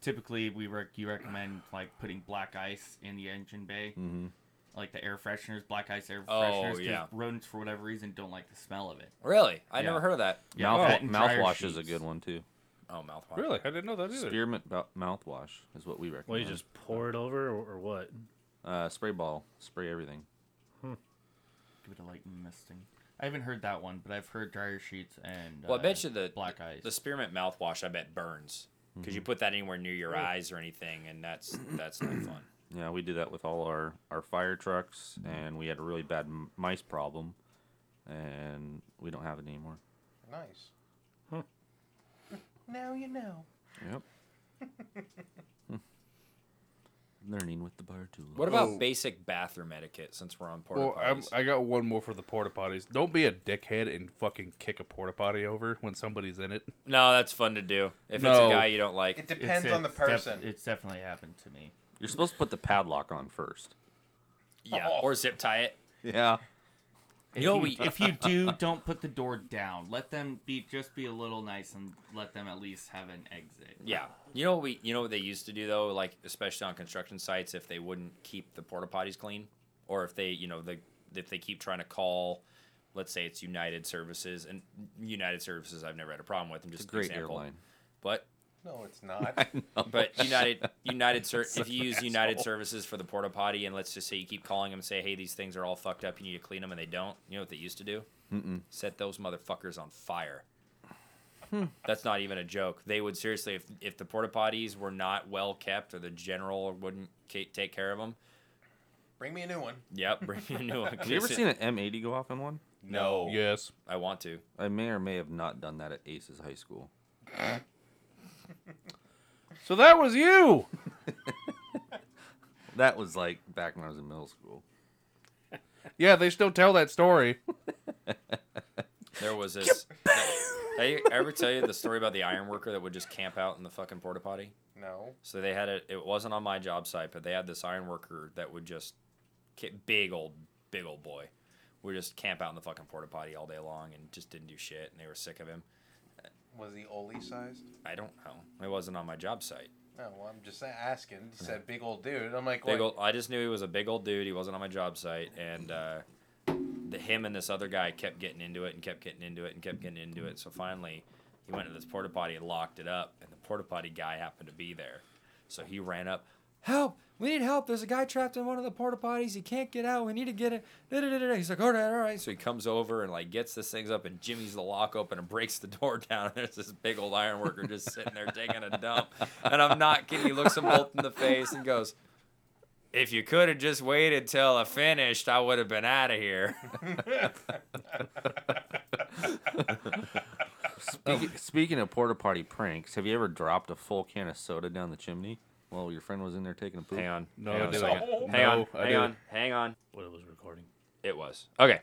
Speaker 6: typically we rec- you recommend like putting black ice in the engine bay,
Speaker 3: Mm-hmm.
Speaker 6: like the air fresheners, black ice air
Speaker 5: Oh,
Speaker 6: fresheners. 'cause
Speaker 5: yeah.
Speaker 6: rodents for whatever reason don't like the smell of it.
Speaker 5: Really? I
Speaker 6: Yeah.
Speaker 5: never heard of that.
Speaker 6: Yeah,
Speaker 3: Mouth,
Speaker 6: that and dryer
Speaker 3: mouthwash is a
Speaker 6: sheets.
Speaker 3: good one too.
Speaker 5: Oh, mouthwash.
Speaker 7: Really, I didn't know that either.
Speaker 3: Spearmint bou- mouthwash is what we recommend.
Speaker 2: Well, you just pour it over or, or what?
Speaker 3: uh, spray ball, spray everything.
Speaker 6: Give it a light misting. I haven't heard that one, but I've heard dryer sheets and
Speaker 5: Well, I
Speaker 6: uh,
Speaker 5: bet you the
Speaker 6: black ice.
Speaker 5: the spearmint mouthwash I bet burns because you put that anywhere near your eyes or anything, and that's that's not fun.
Speaker 3: Yeah, we did that with all our our fire trucks, and we had a really bad m- mice problem, and we don't have it anymore.
Speaker 4: Nice. Now you know.
Speaker 3: Yep. Hmm. Learning with the bar tool.
Speaker 5: What about basic bathroom etiquette? Since we're on porta
Speaker 7: Well, I'm,
Speaker 5: potties,
Speaker 7: I got one more for the porta potties. Don't be a dickhead and fucking kick a porta potty over when somebody's in it.
Speaker 5: no, that's fun to do if it's a
Speaker 7: No.
Speaker 5: guy you don't
Speaker 4: It
Speaker 5: like.
Speaker 4: depends on the
Speaker 6: it's def-
Speaker 4: person.
Speaker 6: it's definitely happened to me.
Speaker 3: You're supposed to put the padlock on first.
Speaker 5: Yeah,
Speaker 4: Oh.
Speaker 5: or zip tie it.
Speaker 3: Yeah.
Speaker 6: If,
Speaker 5: know,
Speaker 6: you,
Speaker 5: we-
Speaker 6: if you do, don't put the door down. Let them be just be a little nice and let them at least have an exit.
Speaker 5: Yeah, you know what we you know what they used to do though, like especially on construction sites, if they wouldn't keep the porta potties clean, or if they you know the if they keep trying to call. Let's say it's United Services, and United Services I've never had a problem with. I'm just
Speaker 3: It's a
Speaker 5: an
Speaker 3: great
Speaker 5: example.
Speaker 3: airline.
Speaker 5: But
Speaker 4: No, it's not.
Speaker 5: But United, United, Ser-
Speaker 3: Such
Speaker 5: if you
Speaker 3: an
Speaker 5: use United
Speaker 3: asshole.
Speaker 5: Services for the porta potty, and let's just say you keep calling them and say, "Hey, these things are all fucked up. You need to clean them," and they don't. You know what they used to do? Mm-mm. Set those motherfuckers on fire.
Speaker 3: Hmm.
Speaker 5: That's not even a joke. They would seriously, if if the porta potties were not well kept or the general wouldn't ca- take care of them,
Speaker 4: Bring me a new one.
Speaker 5: yep, bring me a new one.
Speaker 3: Have you ever seen an M80 go off in one?
Speaker 5: No,
Speaker 7: Yes.
Speaker 5: I want to.
Speaker 3: I may or may have not done that at Aces High School.
Speaker 7: So that was you.
Speaker 3: That was like back when I was in middle school.
Speaker 7: Yeah, they still tell that story.
Speaker 5: There was this. I, I ever tell you the story about the iron worker that would just camp out in the fucking porta potty?
Speaker 4: No.
Speaker 5: So they had it. It wasn't on my job site, but they had this iron worker that would just ki- big old, big old boy. Would just camp out in the fucking porta potty all day long and just didn't do shit, and they were sick of him.
Speaker 4: Was he Oli sized?
Speaker 5: I don't know. It wasn't on my job site.
Speaker 4: No, well, I'm just asking. You said big old dude. I'm like,
Speaker 5: Big
Speaker 4: wait,
Speaker 5: old. I just knew he was a big old dude. He wasn't on my job site, and uh, the him and this other guy kept getting into it and kept getting into it and kept getting into it. So finally, he went to this porta potty and locked it up, and the porta potty guy happened to be there, so he ran up. Help! We need help. There's a guy trapped in one of the porta potties. He can't get out. We need to get it. Da-da-da-da-da." He's like, all right, all right. So he comes over and like gets this things up and jimmies the lock open and breaks the door down. And there's this big old iron worker just sitting there taking a dump. And I'm not kidding. He looks them both in the face and goes, if you could have just waited till I finished, I would have been out of here. Oh.
Speaker 3: Speaking, speaking of porta potty pranks, have you ever dropped a full can of soda down the chimney while your friend was in there taking a poop?
Speaker 5: Hang on.
Speaker 7: No,
Speaker 5: hang
Speaker 7: I
Speaker 5: on. a
Speaker 7: didn't.
Speaker 5: second.
Speaker 7: No,
Speaker 5: Hang on.
Speaker 7: I
Speaker 5: Hang
Speaker 7: didn't.
Speaker 5: on. Hang on.
Speaker 2: What it was recording.
Speaker 5: It was. Okay.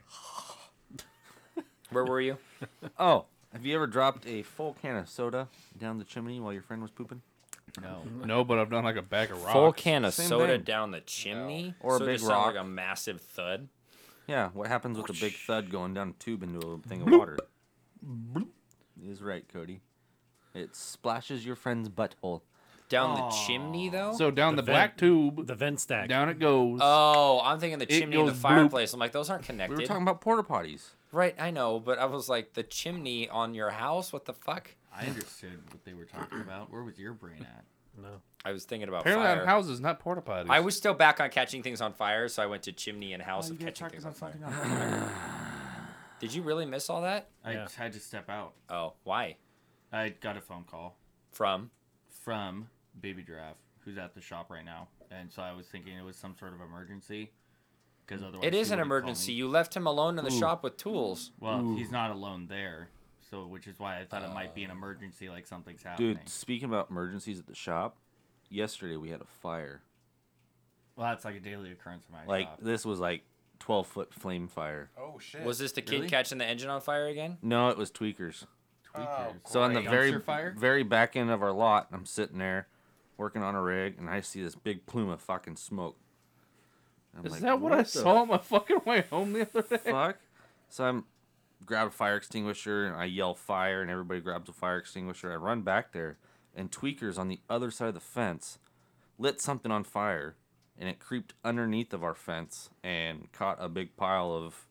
Speaker 5: Where were you?
Speaker 3: Oh, have you ever dropped a full can of soda down the chimney while your friend was pooping?
Speaker 6: No.
Speaker 7: No, but I've done like a bag of rocks.
Speaker 5: Full can of
Speaker 3: Same
Speaker 5: soda
Speaker 3: thing.
Speaker 5: down the chimney?
Speaker 3: Or a
Speaker 5: So it
Speaker 3: big
Speaker 5: just sounded
Speaker 3: rock.
Speaker 5: like a massive thud.
Speaker 3: Yeah, what happens with a big thud going down a tube into a thing of water? Is right, Cody. It splashes your friend's butthole.
Speaker 5: Down the chimney, though?
Speaker 7: So down the,
Speaker 2: The
Speaker 7: black tube,
Speaker 2: The vent stack.
Speaker 7: down it goes.
Speaker 5: oh, I'm thinking the chimney and the
Speaker 7: goes bloop.
Speaker 5: fireplace. I'm like, those aren't
Speaker 3: We
Speaker 5: connected.
Speaker 3: were talking about porta potties.
Speaker 5: right, I know, but I was like, the chimney on your house? What the fuck?
Speaker 6: I understood what they were talking about. Where was your brain at?
Speaker 2: No.
Speaker 5: I was thinking about
Speaker 7: Apparently,
Speaker 5: fire.
Speaker 7: on houses, not porta potties.
Speaker 5: I was still back on catching things on fire, so I went to chimney and house of catching things on fire. Did you really miss all that?
Speaker 6: I
Speaker 2: Yeah.
Speaker 6: had to step out.
Speaker 5: Oh, why?
Speaker 6: I got a phone call
Speaker 5: From
Speaker 6: from Baby Giraffe, who's at the shop right now, and so I was thinking it was some sort of emergency because otherwise
Speaker 5: Mm. It is
Speaker 6: he
Speaker 5: an
Speaker 6: would've called
Speaker 5: emergency.
Speaker 6: me.
Speaker 5: You left him alone in the
Speaker 7: Ooh.
Speaker 5: shop with tools.
Speaker 6: Well,
Speaker 7: Ooh.
Speaker 6: he's not alone there, so which is why I thought it might be an emergency, like something's happening.
Speaker 3: Uh, Dude, speaking about emergencies at the shop, yesterday we had a fire.
Speaker 6: Well, that's like a daily occurrence in my
Speaker 3: Like
Speaker 6: shop.
Speaker 3: this was like twelve foot flame fire.
Speaker 4: Oh shit.
Speaker 5: Was this the kid
Speaker 6: Really?
Speaker 5: catching the engine on fire again?
Speaker 3: No, it was tweakers.
Speaker 4: Oh,
Speaker 6: Tweakers.
Speaker 3: So on the
Speaker 4: great.
Speaker 3: very
Speaker 6: Dumpster fire?
Speaker 3: very back end of our lot, I'm sitting there working on a rig, and I see this big plume of fucking smoke. And I'm
Speaker 7: Is
Speaker 3: like,
Speaker 7: that what, I
Speaker 3: the
Speaker 7: saw on my fucking way home the other day?
Speaker 3: Fuck. So I'm grab a fire extinguisher and I yell fire, and everybody grabs a fire extinguisher. I run back there, and tweakers on the other side of the fence lit something on fire, and it creeped underneath of our fence and caught a big pile of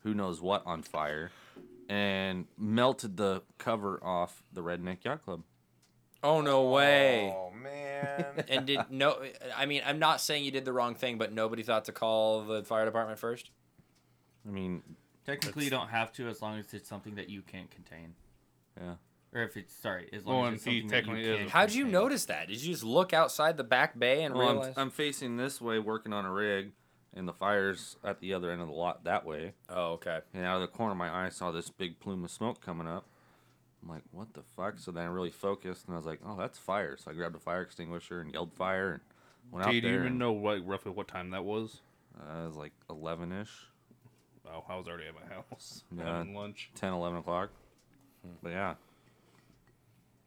Speaker 3: who knows what on fire, and melted the cover off the Redneck Yacht Club.
Speaker 5: Oh no way.
Speaker 4: Oh man.
Speaker 5: And did no I mean, I'm not saying you did the wrong thing, but nobody thought to call the fire department first.
Speaker 3: I mean,
Speaker 6: Technically, you don't have to as long as it's something that you can't contain.
Speaker 3: Yeah.
Speaker 6: Or if it's sorry, as long
Speaker 7: Well,
Speaker 6: as
Speaker 7: and
Speaker 6: it's
Speaker 7: he
Speaker 6: something that you
Speaker 7: technically is
Speaker 6: can't.
Speaker 7: a-
Speaker 5: How'd you
Speaker 6: contain.
Speaker 5: notice that? Did you just look outside the back bay and
Speaker 3: well, I'm-
Speaker 5: realize?
Speaker 3: I'm facing this way working on a rig, and the fire's at the other end of the lot that way.
Speaker 5: oh, okay.
Speaker 3: And out of the corner of my eye, I saw this big plume of smoke coming up. I'm like, what the fuck? So then I really focused and I was like, oh, that's fire. So I grabbed a fire extinguisher and yelled fire and went
Speaker 7: Do you
Speaker 3: out there.
Speaker 7: even
Speaker 3: and,
Speaker 7: know like roughly what time that was?
Speaker 3: Uh, it was like 11 ish,
Speaker 7: Oh, I was already at my house
Speaker 3: Yeah.
Speaker 7: having lunch.
Speaker 3: 10, 11 o'clock.
Speaker 5: Hmm.
Speaker 3: But yeah.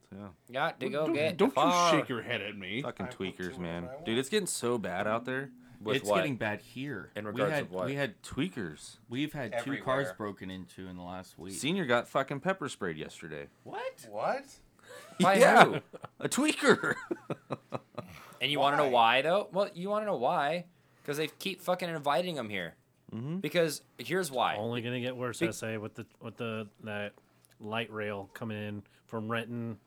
Speaker 3: So yeah.
Speaker 5: Got to go
Speaker 7: don't
Speaker 5: get
Speaker 7: don't
Speaker 5: the fire.
Speaker 7: you shake your head at me.
Speaker 3: Fucking
Speaker 4: I will do
Speaker 3: tweakers,
Speaker 4: whatever
Speaker 3: man.
Speaker 4: I want.
Speaker 3: Dude, it's getting so bad out there.
Speaker 5: with
Speaker 6: it's
Speaker 5: what?
Speaker 6: getting bad here.
Speaker 5: In
Speaker 6: We
Speaker 5: regards
Speaker 6: had-
Speaker 5: of what?
Speaker 6: we had
Speaker 3: Tweakers.
Speaker 6: we've had two cars
Speaker 4: Everywhere.
Speaker 6: broken into in the last week.
Speaker 3: Senior got fucking pepper sprayed yesterday.
Speaker 6: what?
Speaker 4: what?
Speaker 5: By
Speaker 3: yeah.
Speaker 5: who?
Speaker 3: A tweaker.
Speaker 5: And you want to know
Speaker 4: Why?
Speaker 5: why though? Well, you want to know why? Because they keep fucking inviting them here.
Speaker 4: Mm-hmm.
Speaker 3: Mhm.
Speaker 5: Because here's why.
Speaker 2: Only gonna get worse, I say, with the with the that light rail coming in from Renton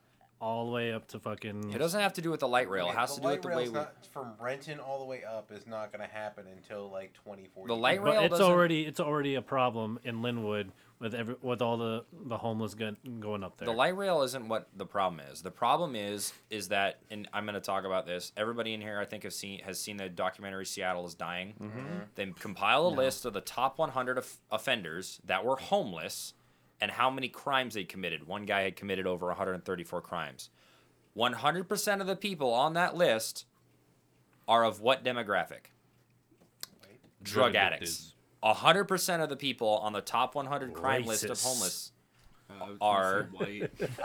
Speaker 2: all the way up to fucking.
Speaker 5: It doesn't have to do with the light rail. It
Speaker 4: Yeah,
Speaker 5: has to do with
Speaker 4: light
Speaker 5: the
Speaker 4: rail's
Speaker 5: way we.
Speaker 4: not, from Renton all the way up is not going to happen until like 2040.
Speaker 5: The light rail
Speaker 2: But it's
Speaker 5: doesn't.
Speaker 2: already it's already a problem in Linwood with every with all the the homeless gun, going up there.
Speaker 5: The light rail isn't what the problem is. The problem is is that, and I'm going to talk about this. Everybody in here, I think, have seen has seen the documentary Seattle is Dying. They compile a list of the top 100 of offenders that were homeless and how many crimes they committed. One guy had committed over 134 crimes. 100% of the people on that list are of what demographic? Drug
Speaker 7: Drug
Speaker 5: addicts. 100% of the people on the top 100 crime list of
Speaker 2: Racists.
Speaker 5: homeless
Speaker 6: Are
Speaker 5: Are-
Speaker 6: white.
Speaker 4: All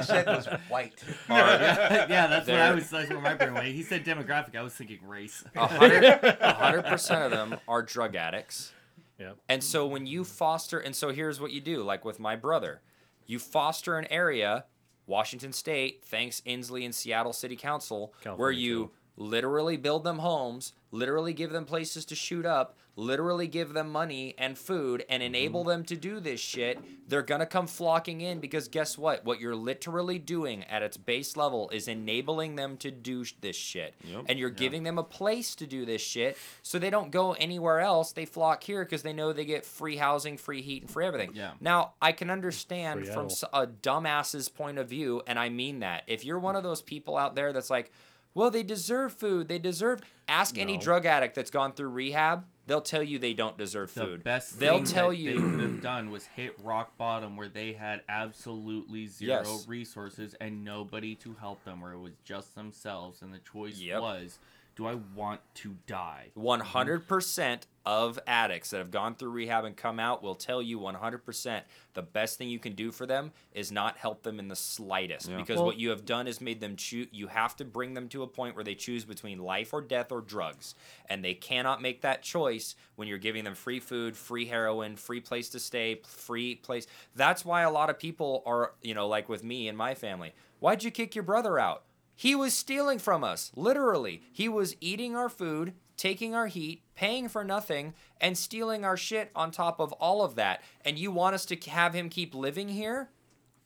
Speaker 4: said was white.
Speaker 6: yeah, that's what I
Speaker 5: They're-
Speaker 6: was. That's what my brain went. He said demographic. I was thinking race.
Speaker 5: A hundred a hundred percent of them are drug addicts.
Speaker 2: Yep.
Speaker 5: And so when you foster, and so here's what you do, like with my brother, you foster an area, Washington State, thanks Inslee and Seattle City Council, where
Speaker 2: California,
Speaker 5: you
Speaker 2: too.
Speaker 5: literally build them homes, literally give them places to shoot up, literally give them money and food, and enable them to do this shit. They're gonna come flocking in because guess what? What you're literally doing at its base level is enabling them to do sh- this shit,
Speaker 3: Yep.
Speaker 5: and you're giving them a place to do this shit, so they don't go anywhere else. They flock here because they know they get free housing, free heat, and free everything.
Speaker 6: Yeah.
Speaker 5: Now I can understand
Speaker 2: Free
Speaker 5: from
Speaker 2: adult.
Speaker 5: s- a dumbass's point of view, and I mean that. If you're one of those people out there that's like, well, they deserve food. They deserve. Ask any drug addict that's gone through rehab. They'll tell you they don't deserve
Speaker 6: The
Speaker 5: food.
Speaker 6: best
Speaker 5: They'll
Speaker 6: thing
Speaker 5: tell
Speaker 6: that
Speaker 5: you.
Speaker 6: they could have done was hit rock bottom where they had absolutely zero
Speaker 5: Yes.
Speaker 6: resources and nobody to help them, where it was just themselves, and the choice
Speaker 5: Yep.
Speaker 6: was, do I want to die?
Speaker 5: 100% of addicts that have gone through rehab and come out will tell you 100% the best thing you can do for them is not help them in the slightest
Speaker 3: Yeah.
Speaker 5: because
Speaker 2: Well-
Speaker 5: what you have done is made them choose you have to bring them to a point where they choose between life or death or drugs and they cannot make that choice when you're giving them free food free heroin free place to stay free place that's why a lot of people are you know like with me and my family why'd you kick your brother out he was stealing from us, literally. He was eating our food, taking our heat, paying for nothing, and stealing our shit on top of all of that. And you want us to have him keep living here?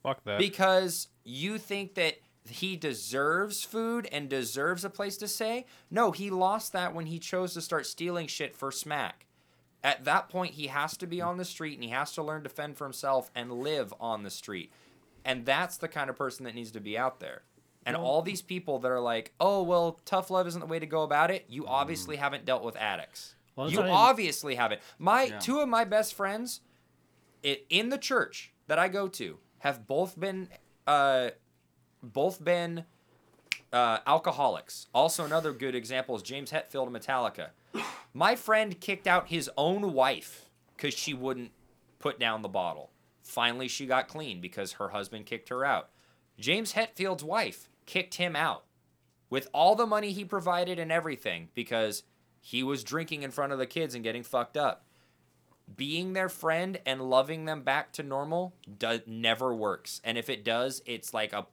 Speaker 7: Fuck that.
Speaker 5: because you think that he deserves food and deserves a place to stay. No, he lost that when he chose to start stealing shit for smack. At that point, he has to be on the street and he has to learn to fend for himself and live on the street. And that's the kind of person that needs to be out there. And all these people that are like, oh, well, tough love isn't the way to go about it, you obviously haven't dealt with addicts.
Speaker 2: Mm. Well, it's
Speaker 5: you
Speaker 2: not even-
Speaker 5: obviously haven't. My
Speaker 1: Yeah.
Speaker 5: two of my best friends, i in the church that I go to, have both been, uh, both been, uh, alcoholics. Also, another good example is James Hetfield of Metallica. My friend kicked out his own wife because she wouldn't put down the bottle. Finally, she got clean because her husband kicked her out. James Hetfield's wife kicked him out with all the money he provided and everything because he was drinking in front of the kids and getting fucked up. Being their friend and loving them back to normal do- never works. And if it does, it's like a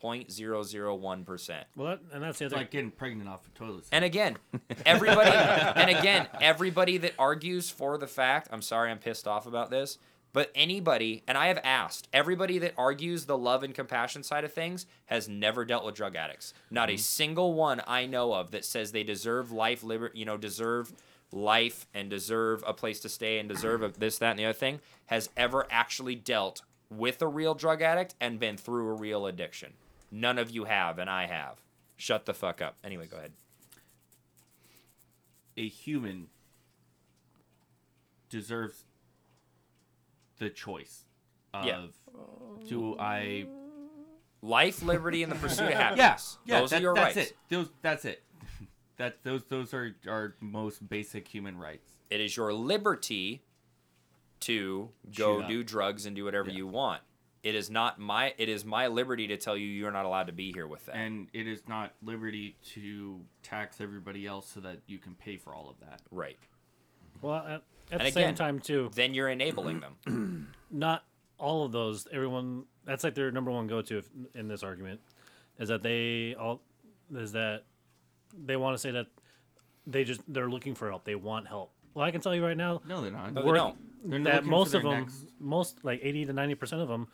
Speaker 5: 0.001%.
Speaker 2: Well, that, and that's the
Speaker 6: It's
Speaker 2: other.
Speaker 6: like getting pregnant off a toilet. seat.
Speaker 5: And again, everybody and again, everybody that argues for the fact, I'm sorry I'm pissed off about this, but anybody, and I have asked, everybody that argues the love and compassion side of things has never dealt with drug addicts. Not a single one I know of that says they deserve life, liberty, you know, deserve life and deserve a place to stay and deserve a, this, that, and the other thing has ever actually dealt with a real drug addict and been through a real addiction. None of you have, and I have. Shut the fuck up. Anyway, go ahead.
Speaker 6: A human deserves the choice of
Speaker 5: Yeah.
Speaker 6: do I
Speaker 5: Life, liberty, and the pursuit of happiness.
Speaker 6: Yes. Yeah,
Speaker 5: those
Speaker 6: that-
Speaker 5: are your
Speaker 6: that's
Speaker 5: rights.
Speaker 6: it. Those that's it. That those those are our most basic human rights.
Speaker 5: It is your liberty to go
Speaker 6: Shoot up.
Speaker 5: do drugs and do whatever you want. It is not my. It is my liberty to tell you you're not allowed to be here with that.
Speaker 6: And it is not liberty to tax everybody else so that you can pay for all of that.
Speaker 5: right.
Speaker 2: Well, at, at the
Speaker 5: And
Speaker 2: same
Speaker 5: again-
Speaker 2: time, too,
Speaker 5: Then you're enabling them.
Speaker 2: not all of those. Everyone that's like their number one go-to if, in this argument is that they all is that they want to say that they just they're looking for help. They want help. Well, I can tell you right now
Speaker 6: No, they're not.
Speaker 5: No, they
Speaker 2: Work-
Speaker 5: don't.
Speaker 6: They're not
Speaker 2: that
Speaker 6: looking for
Speaker 2: most of
Speaker 6: their
Speaker 2: them,
Speaker 6: next-
Speaker 2: most like eighty to ninety percent of them,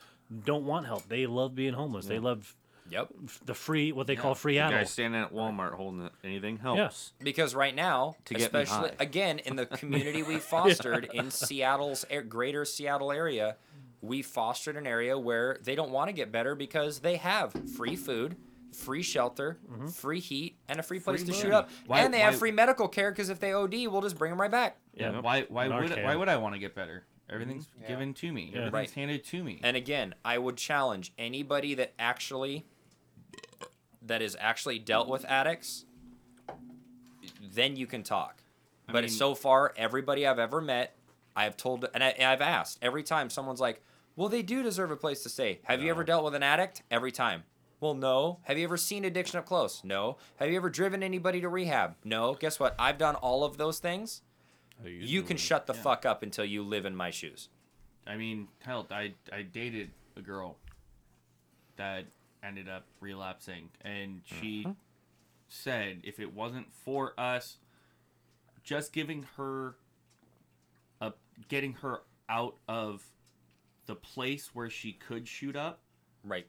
Speaker 2: don't want help. They love being homeless. They love
Speaker 5: Yep.
Speaker 2: f- the free what they call free
Speaker 3: Guy
Speaker 2: adult.
Speaker 3: standing at Walmart holding it, anything helps.
Speaker 2: Yes.
Speaker 5: Because right now,
Speaker 3: To get me
Speaker 5: especially
Speaker 3: high.
Speaker 5: again in the community we fostered in Seattle's a- greater Seattle area, we fostered an area where they don't want to get better because they have free food, free shelter,
Speaker 3: Mm-hmm.
Speaker 5: free heat, and a free place to shoot up,
Speaker 6: Why-
Speaker 5: and they
Speaker 6: why-
Speaker 5: have free medical care because if they OD, we'll just bring them right back.
Speaker 6: Yeah. Why why
Speaker 2: In our
Speaker 6: would why
Speaker 2: camp.
Speaker 6: would I want to get better? Everything's given to me. Everything's
Speaker 5: Right.
Speaker 6: handed to me.
Speaker 5: And again, I would challenge anybody that actually that is actually dealt with addicts, then you can talk. but
Speaker 6: mean-
Speaker 5: so far, everybody I've ever met, I've told and, I, and I've asked every time someone's like, "Well, they do deserve a place to stay." Have you ever dealt with an addict? Every time. Well, no. Have you ever seen addiction up close? No. Have you ever driven anybody to rehab? No. Guess what? I've done all of those things. You can shut the fuck up until you live in my shoes.
Speaker 6: I mean, hell, I I dated a girl that ended up relapsing, and she said if it wasn't for us, just giving her, a, getting her out of the place where she could shoot up,
Speaker 5: Right.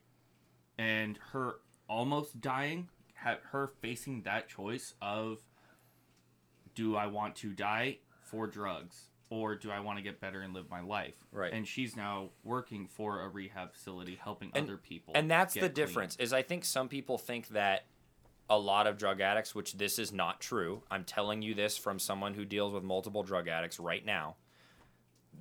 Speaker 6: and her almost dying, ha- her facing that choice of, do I want to die for drugs or do I want to get better and live my life?
Speaker 5: Right.
Speaker 6: And she's now working for a rehab facility, helping
Speaker 5: And-
Speaker 6: other people.
Speaker 5: and that's
Speaker 6: get
Speaker 5: the
Speaker 6: clean.
Speaker 5: difference is i think some people think that a lot of drug addicts which this is not true i'm telling you this from someone who deals with multiple drug addicts right now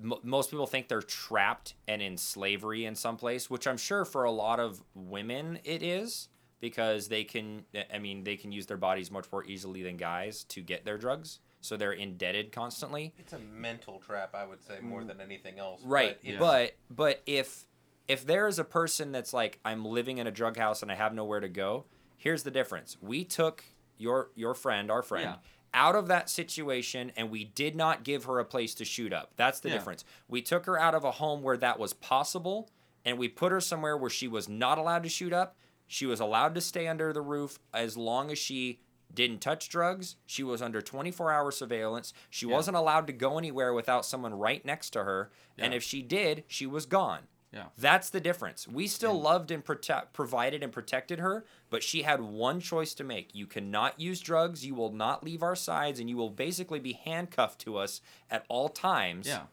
Speaker 5: M- most people think they're trapped and in slavery in some place which i'm sure for a lot of women it is because they can i mean they can use their bodies much more easily than guys to get their drugs so they're indebted constantly
Speaker 4: It's a mental trap, I would say, more than anything else.
Speaker 5: Mm. Right.
Speaker 4: But, it's-
Speaker 5: But but if if there is a person that's like I'm living in a drug house and I have nowhere to go, here's the difference. We took your your friend, our friend,
Speaker 6: Yeah.
Speaker 5: out of that situation and we did not give her a place to shoot up. That's the
Speaker 6: Yeah.
Speaker 5: difference. We took her out of a home where that was possible and we put her somewhere where she was not allowed to shoot up. She was allowed to stay under the roof as long as she didn't touch drugs. She was under 24 hour surveillance. She wasn't allowed to go anywhere without someone right next to her. And if she did, she was gone.
Speaker 6: Yeah.
Speaker 5: That's the difference. We still loved and protect, provided and protected her, but she had one choice to make. You cannot use drugs. You will not leave our sides, and you will basically be handcuffed to us at all times.
Speaker 6: Yeah.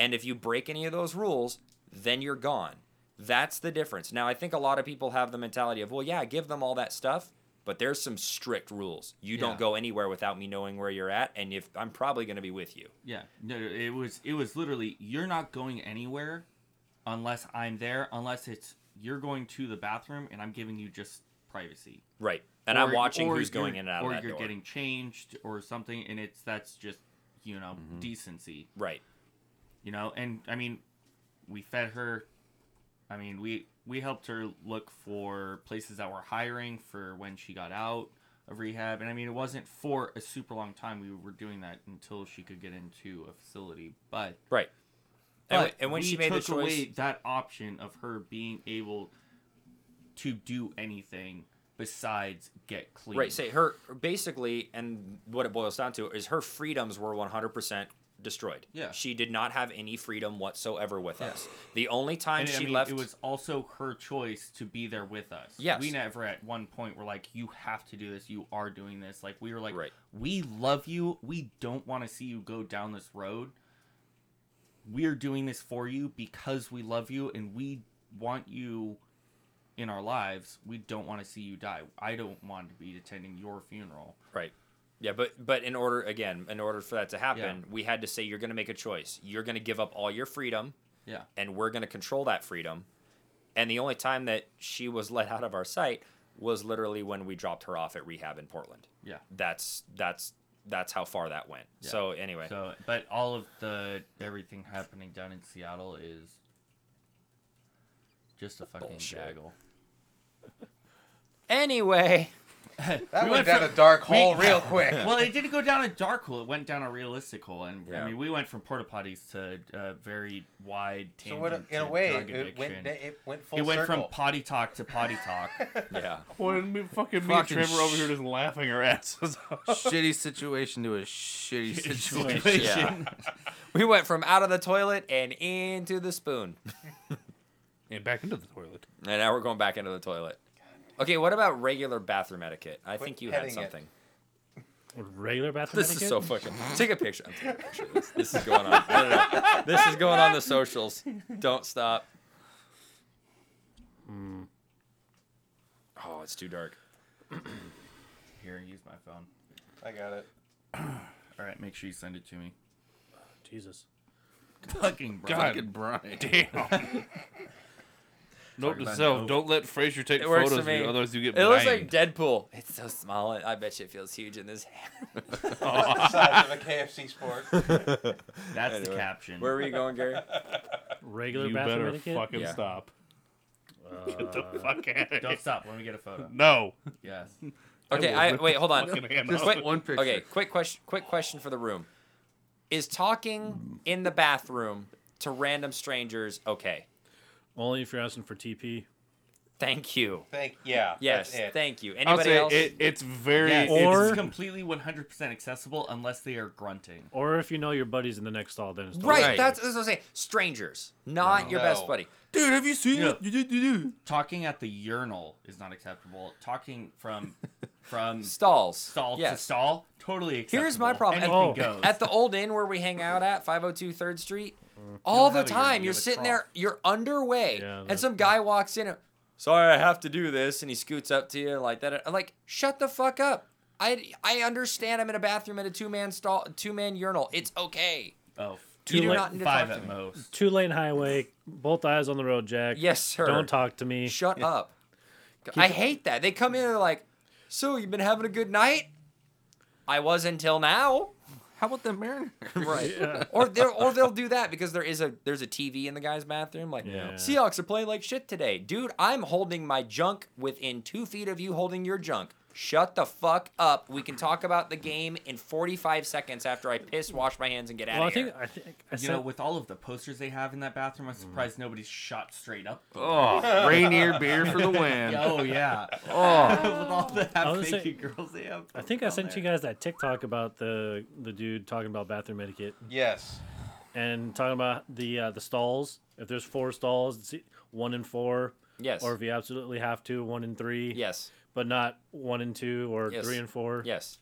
Speaker 5: And if you break any of those rules, then you're gone. That's the difference. Now, I think a lot of people have the mentality of, well, yeah, give them all that stuff. But there's some strict rules. You
Speaker 6: Yeah.
Speaker 5: don't go anywhere without me knowing where you're at, and if I'm probably going to be with you.
Speaker 6: Yeah, no, no, it was it was literally you're not going anywhere unless I'm there, unless it's you're going to the bathroom and I'm giving you just privacy.
Speaker 5: Right. And I'm
Speaker 6: Or-
Speaker 5: watching
Speaker 6: or
Speaker 5: who's
Speaker 6: you're-
Speaker 5: going in and out
Speaker 6: or
Speaker 5: of that
Speaker 6: you're
Speaker 5: door.
Speaker 6: getting changed or something, and it's that's just you know
Speaker 5: Mm-hmm.
Speaker 6: decency,
Speaker 5: right.
Speaker 6: you know. And I mean, we fed her. I mean, we we helped her look for places that were hiring for when she got out of rehab, and I mean, it wasn't for a super long time. We were doing that until she could get into a facility, but
Speaker 5: Right. And,
Speaker 6: but
Speaker 5: when- and when
Speaker 6: we
Speaker 5: she made the
Speaker 6: took
Speaker 5: choice,
Speaker 6: away that option of her being able to do anything besides get clean.
Speaker 5: Right. Say her basically, and what it boils down to is her freedoms were 100% destroyed.
Speaker 6: Yeah.
Speaker 5: She did not have any freedom whatsoever with us. The only time
Speaker 6: and
Speaker 5: she
Speaker 6: I mean,
Speaker 5: left
Speaker 6: It was also her choice to be there with us.
Speaker 5: Yes.
Speaker 6: We never at one point were like, "You have to do this. You are doing this." Like we were like,
Speaker 5: Right.
Speaker 6: "We love you. We don't want to see you go down this road. We're doing this for you because we love you and we want you." In our lives, we don't want to see you die. I don't want to be attending your funeral.
Speaker 5: Right. Yeah, but but in order again, in order for that to happen, we had to say you're going to make a choice. You're going to give up all your freedom,
Speaker 6: Yeah.
Speaker 5: and we're going to control that freedom. And the only time that she was let out of our sight was literally when we dropped her off at rehab in Portland.
Speaker 6: Yeah.
Speaker 5: That's that's that's how far that went. So anyway,
Speaker 6: So, but all of the everything happening down in Seattle is just a fucking
Speaker 5: Bullshit.
Speaker 6: gaggle.
Speaker 5: anyway,
Speaker 4: That
Speaker 6: We
Speaker 4: went
Speaker 6: went
Speaker 4: down a dark hole real quick.
Speaker 6: Well, it didn't go down a dark hole. It went down a realistic hole, and
Speaker 5: Yeah.
Speaker 6: I mean, we went from porta potties to uh, very wide.
Speaker 4: So
Speaker 6: Tangent
Speaker 4: what, in a
Speaker 6: to
Speaker 4: way,
Speaker 6: drug
Speaker 4: it went,
Speaker 6: addiction.
Speaker 4: it went full
Speaker 6: It went
Speaker 4: circle.
Speaker 6: from potty talk to potty talk.
Speaker 5: yeah.
Speaker 7: When me, fucking me and
Speaker 3: Fucking
Speaker 7: Trevor over
Speaker 3: sh-
Speaker 7: here just laughing our asses off.
Speaker 3: shitty situation to a shitty situation.
Speaker 5: Yeah. we went from out of the toilet and into the spoon.
Speaker 7: and back into the toilet.
Speaker 5: And now we're going back into the toilet. Okay, what about regular bathroom etiquette? I think you had
Speaker 4: petting it.
Speaker 5: something.
Speaker 2: Regular bathroom.
Speaker 5: This is
Speaker 2: etiquette?
Speaker 5: so fucking. Take a picture. I'm taking a picture of this. This is going on. No, no, no. This is going on the socials. Don't stop. Hmm. Oh, it's too dark.
Speaker 6: Here, use my phone.
Speaker 4: I got it.
Speaker 6: All right, make sure you send it to me.
Speaker 2: Jesus.
Speaker 6: Fucking bro.
Speaker 7: God
Speaker 3: Brian.
Speaker 7: damn. Note to
Speaker 6: about
Speaker 7: self:
Speaker 6: no-
Speaker 7: Don't let Fraser take
Speaker 5: It works
Speaker 7: photos
Speaker 5: for
Speaker 7: of you,
Speaker 5: me.
Speaker 7: otherwise you get.
Speaker 5: It looks like
Speaker 7: blamed.
Speaker 5: Deadpool. It's so small. and I bet you it feels huge in this hand.
Speaker 4: The size of a KFC sport.
Speaker 6: That's the
Speaker 5: Anyway.
Speaker 6: caption.
Speaker 5: Where were you going, Gary?
Speaker 2: Regular
Speaker 7: You
Speaker 2: bathroom
Speaker 7: better
Speaker 2: etiquette.
Speaker 7: fucking
Speaker 5: Yeah.
Speaker 7: stop.
Speaker 2: Uh,
Speaker 7: Get the fuck out of here.
Speaker 6: Don't stop. Let me get a photo.
Speaker 7: No.
Speaker 6: Yes.
Speaker 5: Okay,
Speaker 7: will
Speaker 5: I
Speaker 7: rip
Speaker 5: wait. Hold on.
Speaker 7: Fucking hand
Speaker 5: Just
Speaker 7: off.
Speaker 5: wait.
Speaker 3: One picture.
Speaker 5: Okay, quick question. Quick question for the room: Is talking in the bathroom to random strangers okay?
Speaker 2: only if you're asking for TP.
Speaker 5: Thank you.
Speaker 4: Thank yeah.
Speaker 5: Yes,
Speaker 4: That's it.
Speaker 5: thank you.
Speaker 7: I'll
Speaker 5: Anybody
Speaker 7: say
Speaker 5: else?
Speaker 7: it, it's very.
Speaker 6: Yes,
Speaker 2: Or-
Speaker 6: it's completely 100% accessible unless they are grunting.
Speaker 2: Or if you know your buddies in the next stall, then it's
Speaker 5: Right,
Speaker 3: Right.
Speaker 5: That's, that's what I'm saying. Strangers, not your best
Speaker 4: No.
Speaker 5: buddy.
Speaker 3: Dude, have you seen
Speaker 6: Yeah.
Speaker 3: it? You did, you do.
Speaker 6: Talking at the urinal is not acceptable. Talking from from
Speaker 5: Stalls.
Speaker 6: stall to
Speaker 5: Yes.
Speaker 6: stall totally acceptable.
Speaker 5: Here's my problem. At,
Speaker 6: Anything
Speaker 2: Oh.
Speaker 6: goes.
Speaker 5: at the old inn where we hang out at 502 3rd Street, all the
Speaker 6: have a- you
Speaker 5: time
Speaker 6: have
Speaker 5: you're
Speaker 6: a
Speaker 5: sitting
Speaker 6: trough.
Speaker 5: there, you're underway,
Speaker 2: Yeah,
Speaker 5: and
Speaker 2: that's-
Speaker 5: some guy walks in. And, Sorry, I have to do this, and he scoots up to you like that. I'm like, shut the fuck up. I I understand. I'm in a bathroom at a two man stall, two man urinal. It's okay.
Speaker 6: oh,
Speaker 5: You do
Speaker 6: like
Speaker 5: not need to
Speaker 6: five
Speaker 5: talk to
Speaker 6: at
Speaker 5: me.
Speaker 6: most.
Speaker 2: Two lane highway, both eyes on the road, Jack.
Speaker 5: Yes, sir.
Speaker 2: Don't talk to me.
Speaker 5: Shut up. I hate that. They come in and they're like, So, you've been having a good night? I was until now.
Speaker 3: How about the Mariner?
Speaker 5: Right. Or they'll or they'll do that because there is a there's a TV in the guy's bathroom. Like
Speaker 2: Yeah.
Speaker 5: Seahawks are playing like shit today. Dude, I'm holding my junk within two feet of you holding your junk. Shut the fuck up. We can talk about the game in 45 seconds after I piss, wash my hands, and get out
Speaker 2: Well, I
Speaker 5: of here.
Speaker 2: think I think I
Speaker 6: You
Speaker 2: said
Speaker 6: know, with all of the posters they have in that bathroom,
Speaker 2: Mm.
Speaker 6: I'm surprised nobody's shot straight up.
Speaker 3: Oh, Rainier beer for the win.
Speaker 6: Oh yeah,
Speaker 3: Oh,
Speaker 6: with all the half
Speaker 2: was
Speaker 6: naked
Speaker 2: saying-
Speaker 6: girls they have.
Speaker 2: I think I
Speaker 6: down
Speaker 2: sent you
Speaker 6: there.
Speaker 2: guys that TikTok about the the dude talking about bathroom etiquette
Speaker 4: Yes.
Speaker 2: and talking about the uh, the stalls. If there's four stalls, it's one in four,
Speaker 5: yes.
Speaker 2: or if you absolutely have to, one in three.
Speaker 5: yes.
Speaker 2: But not one and two or
Speaker 5: Yes.
Speaker 2: three and four.
Speaker 5: Yes.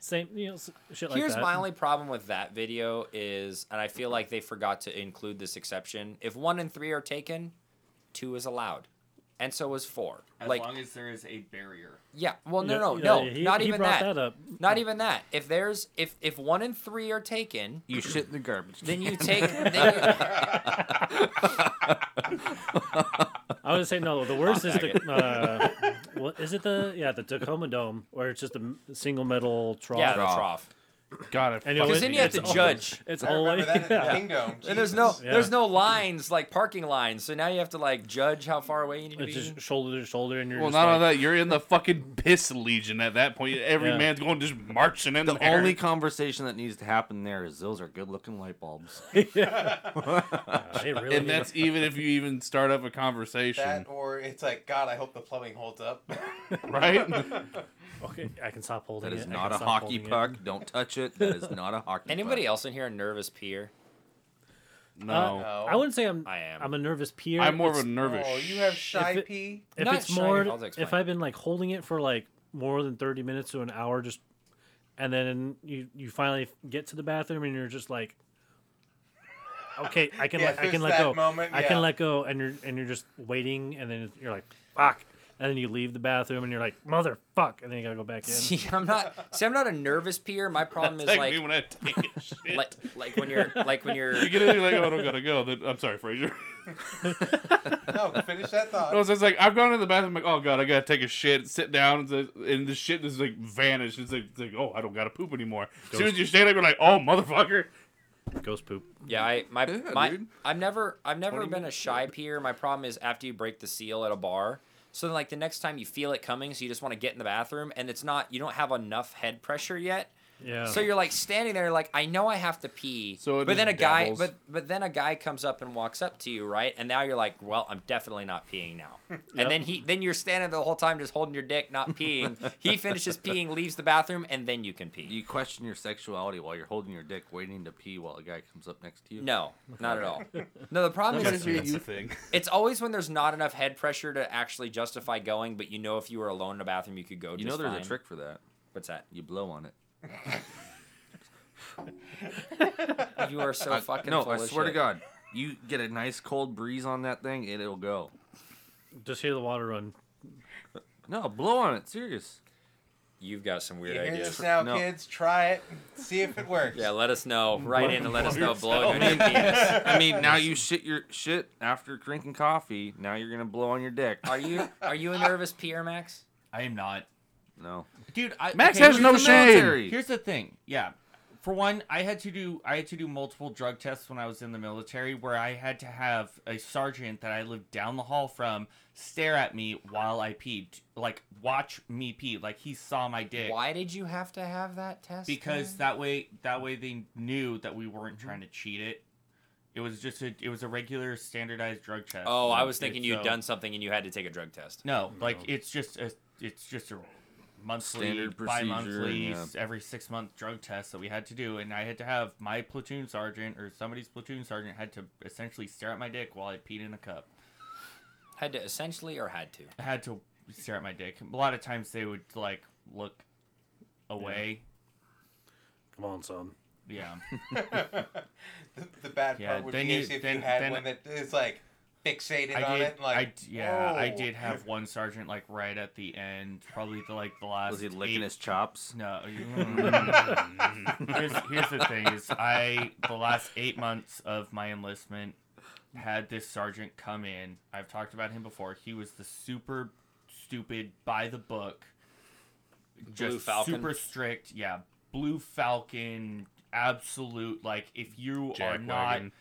Speaker 2: Same, you know, s- shit like
Speaker 5: Here's
Speaker 2: that.
Speaker 5: my only problem with that video is, and I feel like they forgot to include this exception. If one and three are taken, two is allowed. and so was four.
Speaker 6: As
Speaker 5: like,
Speaker 6: long as there is a barrier.
Speaker 5: yeah, well, no, no,
Speaker 2: Yeah,
Speaker 5: no,
Speaker 2: he-
Speaker 5: not
Speaker 2: he
Speaker 5: even
Speaker 2: brought
Speaker 5: that.
Speaker 2: that up.
Speaker 5: Not even that. If there's if if one and three are taken,
Speaker 3: You shit in the garbage.
Speaker 5: then you take. then you,
Speaker 2: I would say no. The worst is the uh, what is it the yeah the Tacoma Dome where it's just a m- single metal trough.
Speaker 5: yeah, the
Speaker 3: Draw.
Speaker 5: trough.
Speaker 7: God, I
Speaker 2: And it
Speaker 7: fucking-
Speaker 5: Because
Speaker 2: was-
Speaker 5: then you have to
Speaker 2: it's
Speaker 5: judge.
Speaker 2: It's
Speaker 4: I remember
Speaker 2: always
Speaker 4: that at
Speaker 2: yeah.
Speaker 4: the Kingdom.
Speaker 5: And there's no
Speaker 2: Yeah.
Speaker 5: there's no lines like parking lines, so now you have to like judge how far away you need to
Speaker 2: It's
Speaker 5: be.
Speaker 2: just shoulder to shoulder, and you're
Speaker 7: Well,
Speaker 2: just
Speaker 7: not
Speaker 2: like,
Speaker 7: only that, you're in the fucking piss legion at that point. Every
Speaker 2: Yeah.
Speaker 7: man's going just marching in
Speaker 3: The
Speaker 7: there.
Speaker 3: only conversation that needs to happen there is those are good looking light bulbs.
Speaker 2: They "Ah, really
Speaker 7: and
Speaker 2: do.
Speaker 7: that's even if you even start up a conversation,
Speaker 4: that, or it's like, God, I hope the plumbing holds up.
Speaker 7: right?
Speaker 2: okay. I can stop holding
Speaker 3: That
Speaker 2: it.
Speaker 3: is
Speaker 2: I
Speaker 3: not
Speaker 2: can
Speaker 3: a
Speaker 2: stop
Speaker 3: hockey
Speaker 2: holding it.
Speaker 3: puck. Don't touch it. That is not a hockey
Speaker 5: Anybody
Speaker 3: puck.
Speaker 5: else in here a nervous peer?
Speaker 7: no,
Speaker 4: No.
Speaker 2: Uh, I wouldn't say I'm.
Speaker 5: I am.
Speaker 2: I'm a nervous peer.
Speaker 7: I'm more of
Speaker 2: It's-
Speaker 7: a nervous.
Speaker 4: Oh, you have shy
Speaker 2: it-
Speaker 4: pee.
Speaker 2: if
Speaker 5: Not
Speaker 2: it's
Speaker 5: shy,
Speaker 2: more
Speaker 5: I'll explain.
Speaker 2: if I've been like holding it for like more than 30 minutes to an hour just and then you you finally get to the bathroom and you're just like okay I can
Speaker 4: Yeah,
Speaker 2: let, I can
Speaker 4: there's
Speaker 2: let
Speaker 4: that
Speaker 2: go
Speaker 4: moment,
Speaker 2: I
Speaker 4: yeah.
Speaker 2: can let go and you're and you're just waiting and then you're like fuck and then you leave the bathroom and you're like motherfuck and then you gotta go back in
Speaker 5: See, I'm not. See, I'm not a nervous peer. My problem is
Speaker 7: like,
Speaker 5: like,
Speaker 7: me when I take a shit.
Speaker 5: like, like when you're, like when you're.
Speaker 7: you get in, you're like, oh, I don't gotta go. Then, I'm sorry, Fraser.
Speaker 4: No, finish that thought.
Speaker 7: I was just like, I've gone to the bathroom, like, oh god, I gotta take a shit. Sit down, and the, and the shit is like vanished. It's like, it's like, oh, I don't gotta poop anymore. As soon as you stand up, you're like, oh, motherfucker.
Speaker 2: ghost poop
Speaker 5: Yeah, I my
Speaker 3: Yeah,
Speaker 5: my
Speaker 3: dude.
Speaker 5: I've never I've never been a shy peer. My problem is after you break the seal at a bar, so then like the next time you feel it coming, so you just want to get in the bathroom, and it's not you don't have enough head pressure yet.
Speaker 2: yeah
Speaker 5: So you're like standing there, like I know I have to pee.
Speaker 7: So it
Speaker 5: but then a
Speaker 7: just
Speaker 5: guy,
Speaker 7: dabbles.
Speaker 5: but but then a guy comes up and walks up to you, right? And now you're like, well, I'm definitely not peeing now. And then he, then you're standing the whole time just holding your dick, not peeing. he finishes peeing, leaves the bathroom, and then you can pee.
Speaker 3: You question your sexuality while you're holding your dick, waiting to pee while a guy comes up next to you.
Speaker 5: no, not at all. No, the problem is
Speaker 7: you thing.
Speaker 5: It's always when there's not enough head pressure to actually justify going, but you know if you were alone in a bathroom, you could go.
Speaker 3: You
Speaker 5: just
Speaker 3: know there's
Speaker 5: fine.
Speaker 3: a trick for that.
Speaker 5: What's that?
Speaker 3: You blow on it.
Speaker 5: You are so fucking.
Speaker 3: no,
Speaker 5: full
Speaker 3: I
Speaker 5: of
Speaker 3: swear to
Speaker 5: shit.
Speaker 3: God, you get a nice cold breeze on that thing, and it'll go.
Speaker 2: just hear the water run
Speaker 3: No, blow on it. Serious.
Speaker 5: You've got some
Speaker 4: you
Speaker 5: weird
Speaker 4: hear
Speaker 5: ideas.
Speaker 4: this now,
Speaker 3: No.
Speaker 4: kids? Try it. See if it works.
Speaker 5: Yeah, let us know. Write in and let us know. Blow your
Speaker 3: I
Speaker 5: name
Speaker 3: mean, I mean, now you shit your shit after drinking coffee. Now you're gonna blow on your dick.
Speaker 5: Are you are you a nervous peer, Max?
Speaker 6: I am not.
Speaker 3: No.
Speaker 6: Dude, I,
Speaker 7: Max
Speaker 6: okay,
Speaker 7: has
Speaker 6: here's
Speaker 7: no
Speaker 6: the
Speaker 7: shame.
Speaker 6: Here's the thing. Yeah. For one, I had to do I had to do multiple drug tests when I was in the military where I had to have a sergeant that I lived down the hall from stare at me while I peed, like watch me pee, like he saw my dick.
Speaker 5: Why did you have to have that test?
Speaker 6: Because
Speaker 5: done?
Speaker 6: that way that way they knew that we weren't trying to cheat it. It was just a it was a regular standardized drug test.
Speaker 5: Oh, I
Speaker 6: So
Speaker 5: was thinking
Speaker 6: it's,
Speaker 5: you'd
Speaker 6: uh,
Speaker 5: done something and you had to take a drug test.
Speaker 6: No, like it's just a it's just a monthly,
Speaker 3: Standard procedure,
Speaker 6: bi-monthly,
Speaker 3: yeah.
Speaker 6: s- every six month drug test that we had to do, and I had to have my platoon sergeant or somebody's platoon sergeant had to essentially stare at my dick while I peed in a cup.
Speaker 5: Had to essentially or had to.
Speaker 6: I had to stare at my dick. A lot of times they would like look away.
Speaker 2: come on son
Speaker 6: Yeah,
Speaker 4: The, the bad
Speaker 6: Yeah,
Speaker 4: part would
Speaker 6: then
Speaker 4: be
Speaker 6: you-
Speaker 4: is if
Speaker 6: then-
Speaker 4: you had
Speaker 6: then-
Speaker 4: one that is like fixated
Speaker 6: I
Speaker 4: on
Speaker 6: did.
Speaker 4: it. And like,
Speaker 6: I d- yeah, I
Speaker 4: "Whoa."
Speaker 6: did have one sergeant like right at the end, probably the, like the last.
Speaker 3: Was he licking
Speaker 6: eight-
Speaker 3: his chops?
Speaker 6: No. here's, here's the thing: is I the last eight months of my enlistment had this sergeant come in. I've talked about him before. He was the super stupid by the book, just
Speaker 5: Blue Falcon?
Speaker 6: super strict. Yeah, blue falcon, absolute. Like if you are not
Speaker 7: Jackwagon.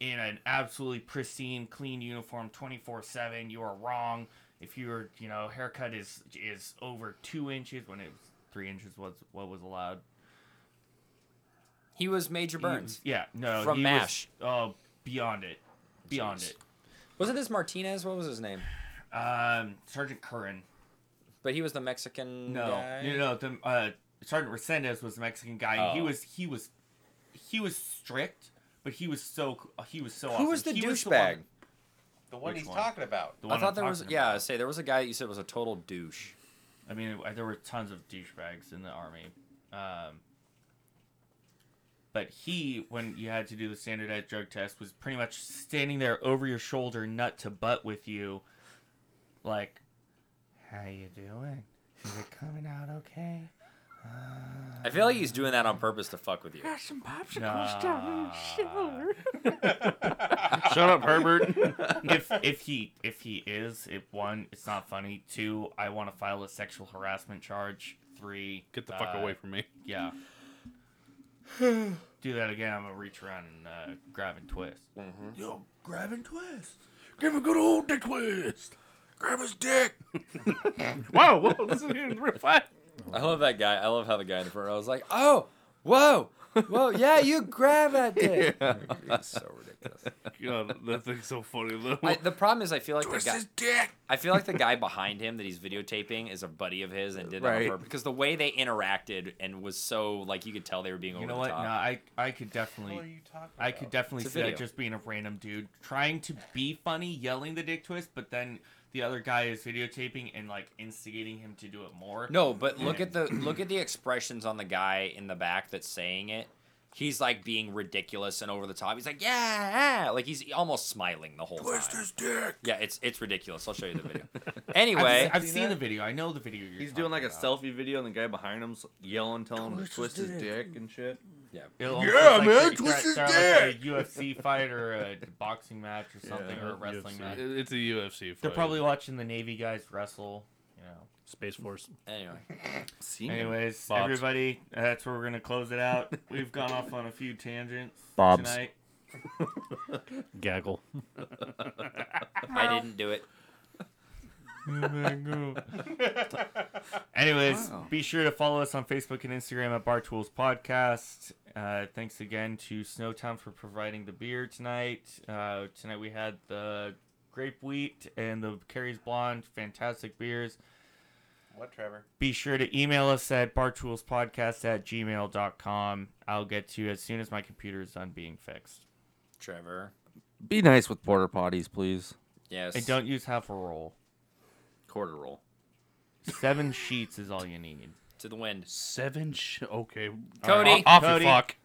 Speaker 6: in an absolutely pristine, clean uniform 24 7. You are wrong. If your you know haircut is is over two inches when it was three inches was what was allowed.
Speaker 5: He was Major
Speaker 6: He was-
Speaker 5: Burns.
Speaker 6: yeah, no,
Speaker 5: From
Speaker 6: he
Speaker 5: MASH.
Speaker 6: Was, oh, beyond it, beyond
Speaker 5: Jeez.
Speaker 6: it.
Speaker 5: Wasn't this Martinez? What was his name?
Speaker 6: Um, Sergeant Curran.
Speaker 5: But he was the Mexican
Speaker 6: No,
Speaker 5: guy.
Speaker 6: no, no. The uh, Sergeant Resendez was the Mexican guy. and He
Speaker 5: Oh.
Speaker 6: was he was he was strict, but he was so he was so.
Speaker 5: Who
Speaker 6: awesome.
Speaker 5: was the
Speaker 6: He
Speaker 5: douchebag?
Speaker 4: The one
Speaker 6: Which
Speaker 4: he's
Speaker 6: one?
Speaker 4: talking about.
Speaker 6: the
Speaker 5: I
Speaker 6: one
Speaker 5: thought
Speaker 6: I'm
Speaker 5: there was
Speaker 6: talking
Speaker 5: yeah.
Speaker 6: about.
Speaker 5: I say there was a guy that you said was a total douche.
Speaker 6: I mean, I- there were tons of douchebags in the army. Um, but he, when you had to do the standardized drug test, was pretty much standing there over your shoulder, nut to butt with you, like, how you doing? Is it coming out okay?
Speaker 5: I feel like he's doing that on purpose to fuck with you.
Speaker 6: Nah.
Speaker 7: Shut up, Herbert.
Speaker 6: if if he if he is, it one, it's not funny. Two, I want to file a sexual harassment charge. Three,
Speaker 7: Get the fuck
Speaker 6: uh,
Speaker 7: away from me.
Speaker 6: Yeah. Do that again. I'm gonna reach around and uh, grab and twist.
Speaker 7: Yo, grab and twist. Give a good old dick twist. Grab his dick. wow, whoa, this is in real fight.
Speaker 5: I love that guy. I love how the guy in the front row was like, "Oh, whoa, whoa, yeah, you grab that dick."
Speaker 3: That's so ridiculous.
Speaker 7: God, that thing's so funny though.
Speaker 5: I, the problem is, I feel like the guy.
Speaker 7: dick.
Speaker 5: I feel like the guy behind him that he's videotaping is a buddy of his and did that on
Speaker 3: Right.
Speaker 5: purpose because the way they interacted and was so like you could tell they were being over
Speaker 6: You know
Speaker 5: the
Speaker 6: what? No,
Speaker 5: top.
Speaker 6: I I could
Speaker 1: What are
Speaker 6: definitely
Speaker 1: you talking about?
Speaker 6: I could definitely
Speaker 5: It's a
Speaker 6: see that
Speaker 5: video.
Speaker 6: just being a random dude trying to be funny, yelling the dick twist, but then the other guy is videotaping and like instigating him to do it more.
Speaker 5: No, but look at the look at the expressions on the guy in the back that's saying it. He's like being ridiculous and over the top. He's like, yeah, yeah," like he's almost smiling the whole time.
Speaker 7: dick.
Speaker 5: Yeah, it's it's ridiculous. I'll show you the video.
Speaker 6: I've,
Speaker 5: anyway,
Speaker 6: I've seen the video. I know the video. You're
Speaker 3: He's doing like a
Speaker 6: talking about.
Speaker 3: selfie video, and the guy behind him's yelling, telling him to twist his dick and shit.
Speaker 6: It'll almost
Speaker 7: Yeah,
Speaker 6: look
Speaker 7: man,
Speaker 6: they're-
Speaker 7: twist his
Speaker 6: they're like a UFC fight or a boxing match or something
Speaker 2: Yeah,
Speaker 6: or a wrestling
Speaker 2: UFC.
Speaker 6: match.
Speaker 7: It's a UFC fight.
Speaker 6: They're probably watching the Navy guys wrestle. You know.
Speaker 2: Space Force.
Speaker 5: anyway,
Speaker 3: See him.
Speaker 6: Anyways,
Speaker 7: Bobs.
Speaker 6: everybody, that's where we're gonna close it out. We've gone off on a few tangents
Speaker 3: Bobs.
Speaker 6: tonight.
Speaker 2: Gaggle.
Speaker 5: I didn't do it.
Speaker 6: Anyways,
Speaker 3: Wow.
Speaker 6: be sure to follow us on Facebook and Instagram at Bar Tools Podcast. Uh, thanks again to Snowtown for providing the beer tonight. Uh, tonight we had the grape wheat and the Carrie's Blonde, fantastic beers.
Speaker 1: What, Trevor?
Speaker 6: Be sure to email us at bartoolspodcast at gmail.com. I'll get to you as soon as my computer is done being fixed.
Speaker 5: Trevor.
Speaker 3: Be nice with porter potties, please.
Speaker 5: Yes.
Speaker 6: And don't use half a roll.
Speaker 3: Quarter roll.
Speaker 6: Seven sheets is all you need.
Speaker 5: to the wind.
Speaker 7: Seven. Sh- okay.
Speaker 5: Cody.
Speaker 7: Off
Speaker 6: Cody.
Speaker 7: your fuck.